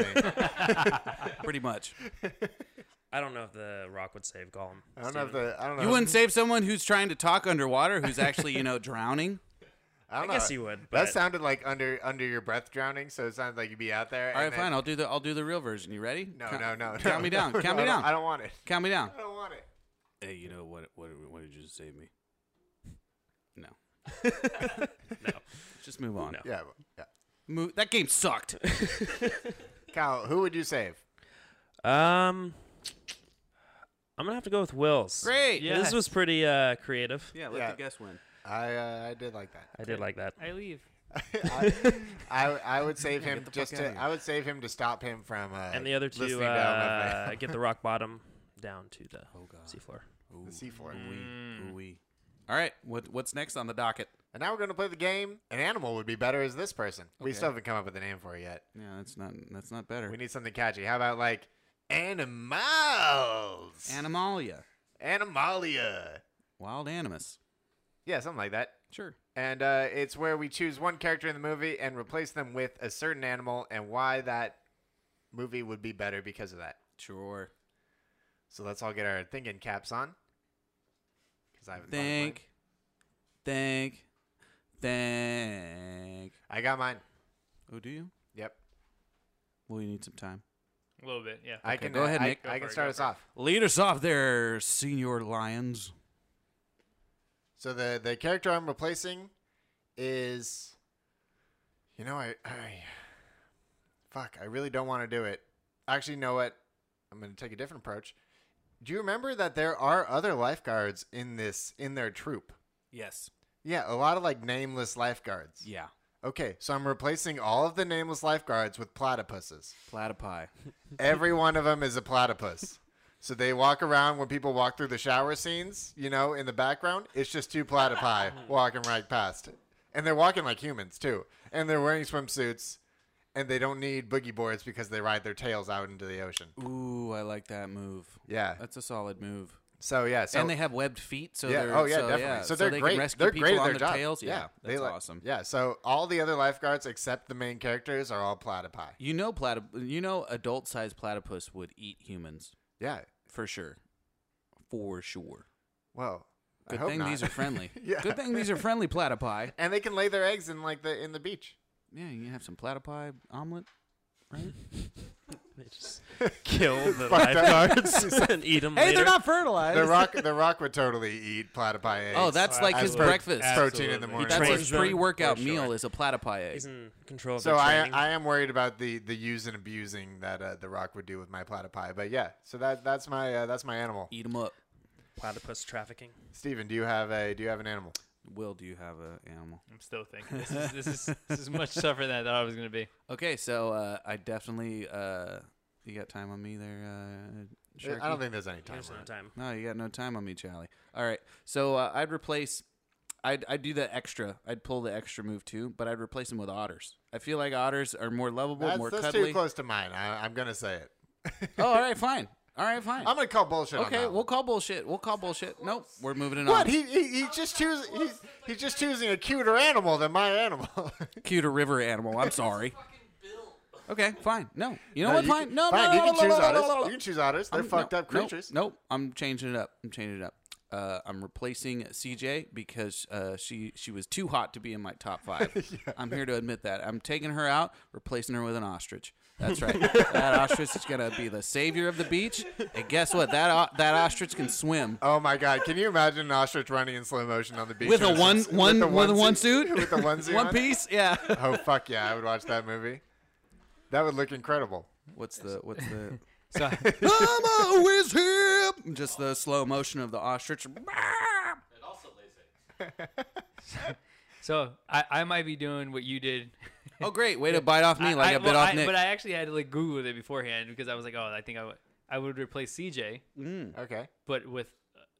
S3: think.
S2: Pretty much.
S4: I don't know if The Rock would save Gollum.
S3: I don't know if the I don't know.
S2: You wouldn't save someone who's trying to talk underwater, who's actually, you know, drowning?
S3: I, don't
S4: I guess
S3: know.
S4: he would,
S3: That
S4: but-
S3: sounded like under under your breath drowning, so it sounded like you'd be out there.
S2: All right, fine. I'll do the I'll do the real version. You ready?
S3: No,
S2: Ca-
S3: no, no,
S2: Count
S3: no,
S2: me down.
S3: no,
S2: count
S3: no,
S2: me down.
S3: I don't want it.
S2: Count me down.
S3: I don't want it.
S2: Hey, you know what? What, what did you just save me? No.
S4: no.
S2: Just move on.
S3: Yeah, well, yeah.
S2: Mo- that game sucked.
S3: Kyle, who would you save?
S4: Um, I'm gonna have to go with Will's.
S2: Great.
S4: Yeah, this was pretty uh, creative.
S2: Yeah, let the guess win.
S3: I uh, I did like that.
S4: I did like that.
S1: I leave.
S3: I, I I would save
S2: Yeah,
S3: him
S2: get the fuck
S3: just
S2: outta
S3: to
S2: here.
S3: I would save him to stop him from uh,
S4: and the other two
S3: listening to Elma
S4: uh,
S3: Faye.
S4: get the rock bottom down to the
S2: Oh,
S4: seafloor.
S2: Ooh,
S3: the C four.
S4: Mm.
S2: ooh-wee, ooh-wee. All right. What what's next on the docket?
S3: And now we're gonna play the game. An animal would be better as this person. We
S2: Okay.
S3: still haven't come up with a name for it yet.
S2: Yeah, that's not that's not better.
S3: We need something catchy. How about like animals?
S2: Animalia.
S3: Animalia.
S2: Wild animus.
S3: Yeah, something like that.
S2: Sure.
S3: And uh, it's where we choose one character in the movie and replace them with a certain animal and why that movie would be better because of that.
S2: Sure.
S3: So let's all get our thinking caps on. Because I haven't thought of mine.
S2: Think. Think. Think.
S3: I got mine.
S2: Oh, do you?
S3: Yep.
S2: Well, you need some time.
S1: A little bit, yeah.
S3: I
S2: Okay,
S3: can uh,
S2: go ahead,
S3: I,
S2: Nick.
S3: I
S1: Go for
S3: can
S1: it,
S3: start
S1: go
S3: us
S1: for it.
S3: off.
S2: Lead us off there, senior lions.
S3: So the the character I'm replacing is, you know, I, I fuck, I really don't want to do it. Actually, you know what? I'm going to take a different approach. Do you remember that there are other lifeguards in this in their troop?
S2: Yes.
S3: Yeah, a lot of like nameless lifeguards.
S2: Yeah.
S3: Okay, so I'm replacing all of the nameless lifeguards with platypuses.
S2: Platypi.
S3: Every one of them is a platypus. So they walk around when people walk through the shower scenes, you know, in the background, it's just two platypi walking right past. And they're walking like humans too. And they're wearing swimsuits and they don't need boogie boards because they ride their tails out into the ocean.
S2: Ooh, I like that move.
S3: Yeah.
S2: That's a solid move.
S3: So yeah, so
S2: and they have webbed feet, so
S3: yeah,
S2: they're,
S3: oh yeah,
S2: so,
S3: definitely.
S2: yeah,
S3: So they're
S2: they
S3: great.
S2: Can rescue
S3: they're
S2: people
S3: great at
S2: on
S3: their
S2: their,
S3: job.
S2: tails. Yeah,
S3: they
S2: that's
S3: like-
S2: awesome.
S3: Yeah, so all the other lifeguards except the main characters are all platypi.
S2: You know, platyp- You know, adult-sized platypus would eat humans
S3: Yeah.
S2: for sure, for sure.
S3: Well, I
S2: Good
S3: hope
S2: thing
S3: not.
S2: these are friendly.
S3: Yeah.
S2: Good thing these are friendly platypi.
S3: and they can lay their eggs in like the in the beach.
S2: Yeah, you have some platypi omelet, right?
S4: They just kill the
S3: Fucked up.
S4: lifeguards and eat them.
S2: hey, they're not fertilized.
S3: The rock, the rock would totally eat platypi eggs.
S2: Oh, that's like his
S3: as pro-
S2: breakfast.
S3: protein in
S1: Absolutely.
S3: the morning.
S2: That's
S4: trains
S2: his
S4: them.
S2: pre-workout
S4: For sure.
S2: meal is a platypi egg.
S4: He's in control of
S3: so
S4: the
S3: I,
S4: training.
S3: I am worried about the the use and abusing that uh, the rock would do with my platypi. But yeah, so that that's my uh, that's my animal.
S2: Eat them up.
S4: Platypus trafficking.
S3: Steven, do you have a do you have an animal?
S2: Will, do you have an animal?
S1: I'm still thinking. This is this is this is much tougher than I thought it was gonna be.
S2: Okay, so uh, I definitely uh, you got time on me there. Uh, Sharky?
S3: I don't think there's any time.
S4: There's
S3: on
S4: no
S3: it.
S4: time.
S2: No, you got no time on me, Charlie. All right, so uh, I'd replace. I'd I'd do the extra. I'd pull the extra move too, but I'd replace them with otters. I feel like otters are more lovable,
S3: That's,
S2: more
S3: that's
S2: cuddly.
S3: too close to mine. I, I'm gonna say it.
S2: Oh, all right, fine. All right, fine.
S3: I'm gonna call bullshit. on
S2: okay,
S3: that
S2: we'll
S3: one.
S2: call bullshit. We'll call bullshit. Nope, we're moving it
S3: What
S2: on.
S3: he, he he's just choosing he's he's just choosing a cuter animal than my animal.
S2: Cute a river animal. I'm sorry. Okay, fine. No, you know
S3: No,
S2: what?
S3: you
S2: fine.
S3: can-
S2: no,
S3: fine,
S2: no,
S3: you
S2: no,
S3: can
S2: no,
S3: choose
S2: no, no,
S3: otters.
S2: no, no, no.
S3: You can choose otters. They're
S2: I'm-
S3: fucked
S2: no,
S3: up
S2: nope,
S3: creatures.
S2: Nope, I'm changing it up. I'm changing it up. Uh, I'm replacing CJ because uh, she she was too hot to be in my top five. I'm here to admit that. I'm taking her out, replacing her with an ostrich. That's right. that ostrich is gonna be the savior of the beach. And guess what? That o- that ostrich can swim.
S3: Oh my God! Can you imagine an ostrich running in slow motion on the beach
S2: With a
S3: With
S2: one-
S3: its-
S2: one-
S3: the
S2: with a
S3: onesie-
S2: one suit?
S3: with a onesie
S2: One
S3: on?
S2: piece? Yeah.
S3: Oh fuck yeah! I would watch that movie. That would look incredible.
S2: What's the what's the?
S1: So
S2: I'm always here. Just the slow motion of the ostrich.
S1: So I, I might be doing what you did.
S2: Oh, great. Way to bite off me like I bit
S1: well,
S2: off Nick.
S1: But I actually had to like Google it beforehand because I was like, oh, I think I would I would replace CJ.
S2: Mm.
S3: Okay.
S1: But with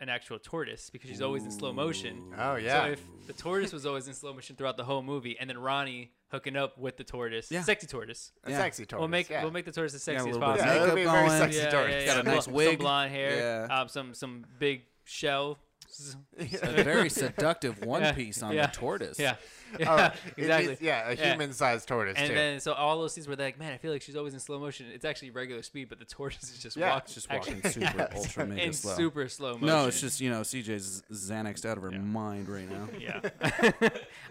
S1: an actual tortoise because she's always in slow motion.
S3: Oh, yeah.
S1: So if the tortoise was always in slow motion throughout the whole movie, and then Ronnie hooking up with the tortoise,
S2: Yeah.
S1: sexy tortoise,
S2: A Yeah. sexy
S1: We'll
S2: tortoise,
S1: make
S2: yeah.
S1: we'll make the tortoise as
S2: Yeah, a
S1: sexy as
S2: little bit of
S1: possible.
S2: Yeah, it'll makeup be a very going. sexy
S1: Yeah,
S2: tortoise.
S1: yeah,
S2: It's
S1: yeah.
S2: got a nice
S1: Some
S2: wig.
S1: blonde hair,
S2: Yeah.
S1: um, some some big shell.
S2: a very seductive one
S1: Yeah,
S2: piece on
S1: yeah,
S2: the tortoise.
S1: Yeah.
S3: Oh,
S1: Yeah,
S3: it
S1: exactly.
S3: is- yeah, a human-sized tortoise,
S1: And
S3: too.
S1: then so all those scenes where they're like, man, I feel like she's always in slow motion. It's actually regular speed, but the tortoise is just
S3: Yeah.
S1: walking,
S3: Just walking
S1: actually-
S2: Super
S1: yeah,
S2: ultra mega
S1: in
S2: slow.
S1: super slow motion.
S2: No, it's just you know CJ's Xanaxed out of her mind right now.
S1: yeah.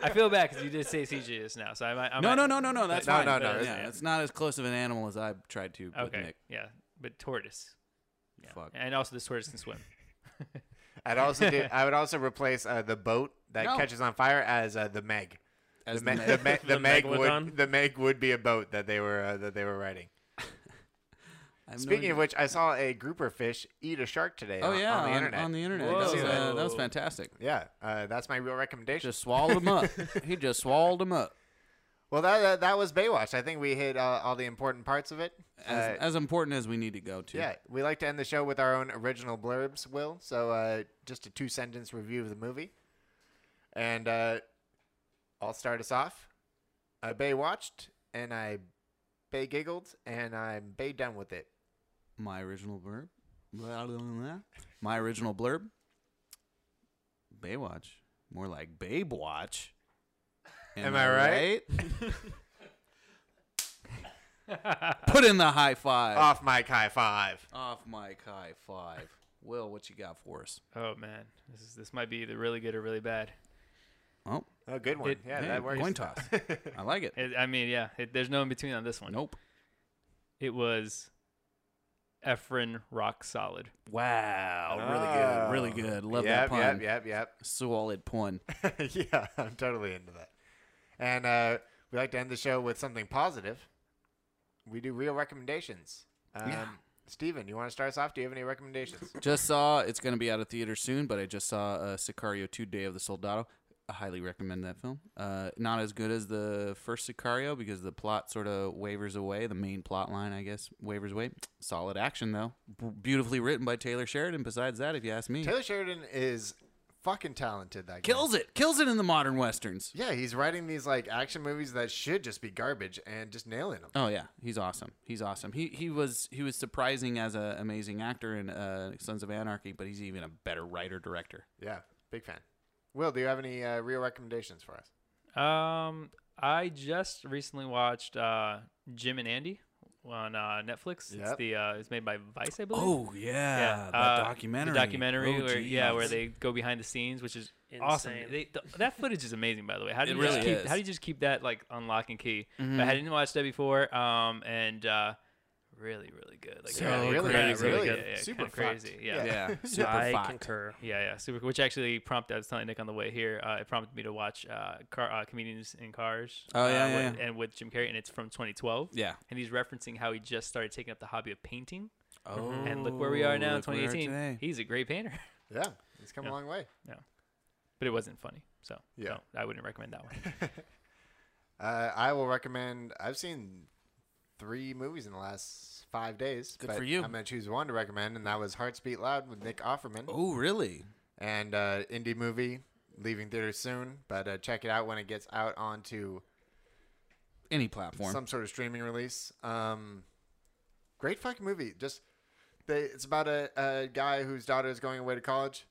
S1: I feel bad because you did say CJ just now, so I might. I
S2: no,
S1: might-
S2: no, no, no, no. That's
S1: but-
S2: fine.
S1: but-
S2: But, yeah, it's not as close of an animal as I tried to. With
S1: okay.
S2: Nick.
S1: Yeah, but tortoise. Yeah.
S2: Fuck.
S1: And also, this tortoise can swim.
S3: I'd also do. I would also replace uh, the boat that
S1: No.
S3: catches on fire as uh, the Meg.
S2: As
S3: the,
S2: the
S3: Me- the,
S2: Meg.
S3: Me- the
S2: The
S3: Meg would
S2: Megalodon?
S3: the Meg would be a boat that they were uh, that they were riding.
S2: I have no
S3: Speaking
S2: idea.
S3: of which, I saw a grouper fish eat a shark today.
S2: Oh,
S3: on,
S2: yeah,
S3: on the
S2: on-
S3: internet.
S2: on the internet.
S3: Did you
S2: That
S3: see
S2: was, uh, that was Whoa. fantastic.
S3: Yeah, uh, that's my real recommendation.
S2: Just swallowed him up. He just swallowed him up.
S3: Well, that, that that was Baywatch. I think we hit uh, all the important parts of it.
S2: As,
S3: Uh,
S2: as important as we need to go to.
S3: yeah, we like to end the show with our own original blurbs, Will. So uh, just a two sentence review of the movie. And uh, I'll start us off. I Bay watched, and I Bay giggled, and I'm Bay done with it.
S2: My original blurb. Blah, blah, blah. My original blurb. Baywatch. More like Babe Watch.
S3: Am I right?
S2: right? Put in the high five.
S3: Off mic high five.
S2: Off mic high five. Will, what you got for us?
S1: Oh man, this is this might be the really good or really bad.
S2: Oh,
S3: Oh, good one. yeah,
S2: hey,
S3: that works.
S2: Coin toss. I like it.
S1: I mean, yeah, it, there's no in between on this one.
S2: Nope.
S1: It was Efren Rock Solid.
S2: Wow, Oh, really good, really good. Love
S3: Oh,
S2: that
S3: yep,
S2: pun.
S3: Yep, yep, yep.
S2: Solid pun.
S3: yeah, I'm totally into that. And uh, we like to end the show with something positive. We do real recommendations. Um,
S2: Yeah.
S3: Steven, you want to start us off? Do you have any recommendations?
S2: Just saw it's going to be out of theater soon, but I just saw uh, Sicario 2 Day of the Soldado. I highly recommend that film. Uh, not as good as the first Sicario because the plot sort of wavers away. The main plot line, I guess, wavers away. Solid action, though. B- beautifully written by Taylor Sheridan, besides that, if you ask me.
S3: Taylor Sheridan is fucking talented. That guy.
S2: Kills it. Kills it in the modern westerns.
S3: Yeah, he's writing these like action movies that should just be garbage and just nailing them.
S2: Oh yeah, he's awesome. He's awesome. He he was he was surprising as an amazing actor in uh, Sons of Anarchy, but he's even a better writer director.
S3: Yeah, big fan. Will, do you have any uh, real recommendations for us?
S1: Um, I just recently watched uh, Jim and Andy on uh, Netflix. It's
S2: Yep.
S1: the uh, it's made by Vice, I believe.
S2: Oh, yeah, that
S1: uh, the
S2: documentary.
S1: documentary,
S2: Oh,
S1: where, yeah, where
S2: geez.
S1: they go behind the scenes, which is awesome.
S4: Insane.
S1: They, th- that footage is amazing, by the way. How do
S2: It
S1: you just
S2: really
S1: keep,
S2: is.
S1: How do you just keep that like on lock and key?
S2: Mhm.
S1: But I didn't watch that before. Um, and uh, really, really good. Like
S2: So
S1: really,
S2: really
S1: really,
S2: crazy.
S1: really
S2: Really
S1: good.
S2: good.
S1: Yeah, yeah,
S2: Super
S1: kinda
S2: fucked.
S1: crazy. Yeah,
S2: Yeah. Yeah, super I fucked.
S4: concur.
S1: Yeah, yeah, super. Which actually prompted I was telling Nick on the way here. Uh, it prompted me to watch uh, car, uh, comedians in cars.
S2: Oh,
S1: uh,
S2: yeah, yeah,
S1: with-
S2: yeah.
S1: and with Jim Carrey, and it's from 2012.
S2: Yeah.
S1: and he's referencing how he just started taking up the hobby of painting. and look where we are
S2: Oh,
S1: now, in
S2: look where we are
S1: 2018.
S2: today.
S1: He's a great painter.
S3: Yeah, he's come
S1: Yeah.
S3: a long way.
S1: Yeah, but it wasn't funny, so
S3: Yeah.
S1: no, I wouldn't recommend that one.
S3: Uh, I will recommend. I've seen three movies in the last five days.
S2: Good
S3: but
S2: for you.
S3: I'm gonna choose one to recommend, and that was Hearts Beat Loud with Nick Offerman.
S2: Oh, really?
S3: And uh, indie movie leaving theaters soon, but uh, check it out when it gets out onto
S2: Any platform.
S3: some sort of streaming release. Um, great fucking movie. Just they, it's about a, a guy whose daughter is going away to college,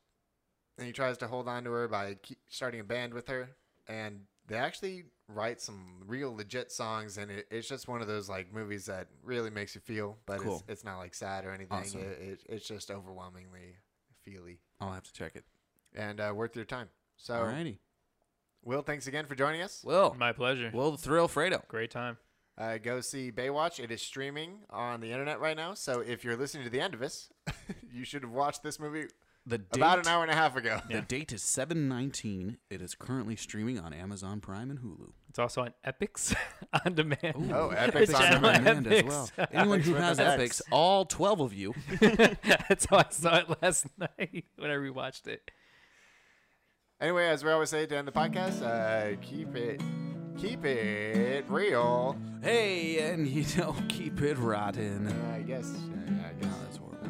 S3: and he tries to hold on to her by keep starting a band with her. And they actually write some real legit songs, and it, it's just one of those like movies that really makes you feel, but
S2: Cool.
S3: it's, it's not like sad or anything.
S2: Awesome.
S3: It, it, it's just overwhelmingly Feely.
S2: I'll have to check it.
S3: And uh, worth your time. So,
S2: Alrighty.
S3: Will, thanks again for joining us.
S2: Will.
S1: My pleasure.
S2: Will the Thrill Fredo.
S1: Great time.
S3: Uh, go see Baywatch. It is streaming on the internet right now. So if you're listening to the end of us, you should have watched this movie
S2: The
S3: about
S2: date-
S3: an hour and a half ago.
S2: The date is 719. It is currently streaming on Amazon Prime and Hulu.
S1: It's also on Epics on demand.
S3: Oh, Epix
S1: It's
S3: on
S1: channel
S2: And
S3: demand.
S2: as
S1: Epix.
S2: well. Anyone who
S3: with
S2: has
S3: an X.
S2: Epics, all 12 of you.
S1: That's how I saw it last night when I rewatched it.
S3: Anyway, as we always say to end the podcast, uh, keep it, keep it real.
S2: Hey, and you don't keep it rotten.
S3: I guess. I, I guess
S2: that's horrible.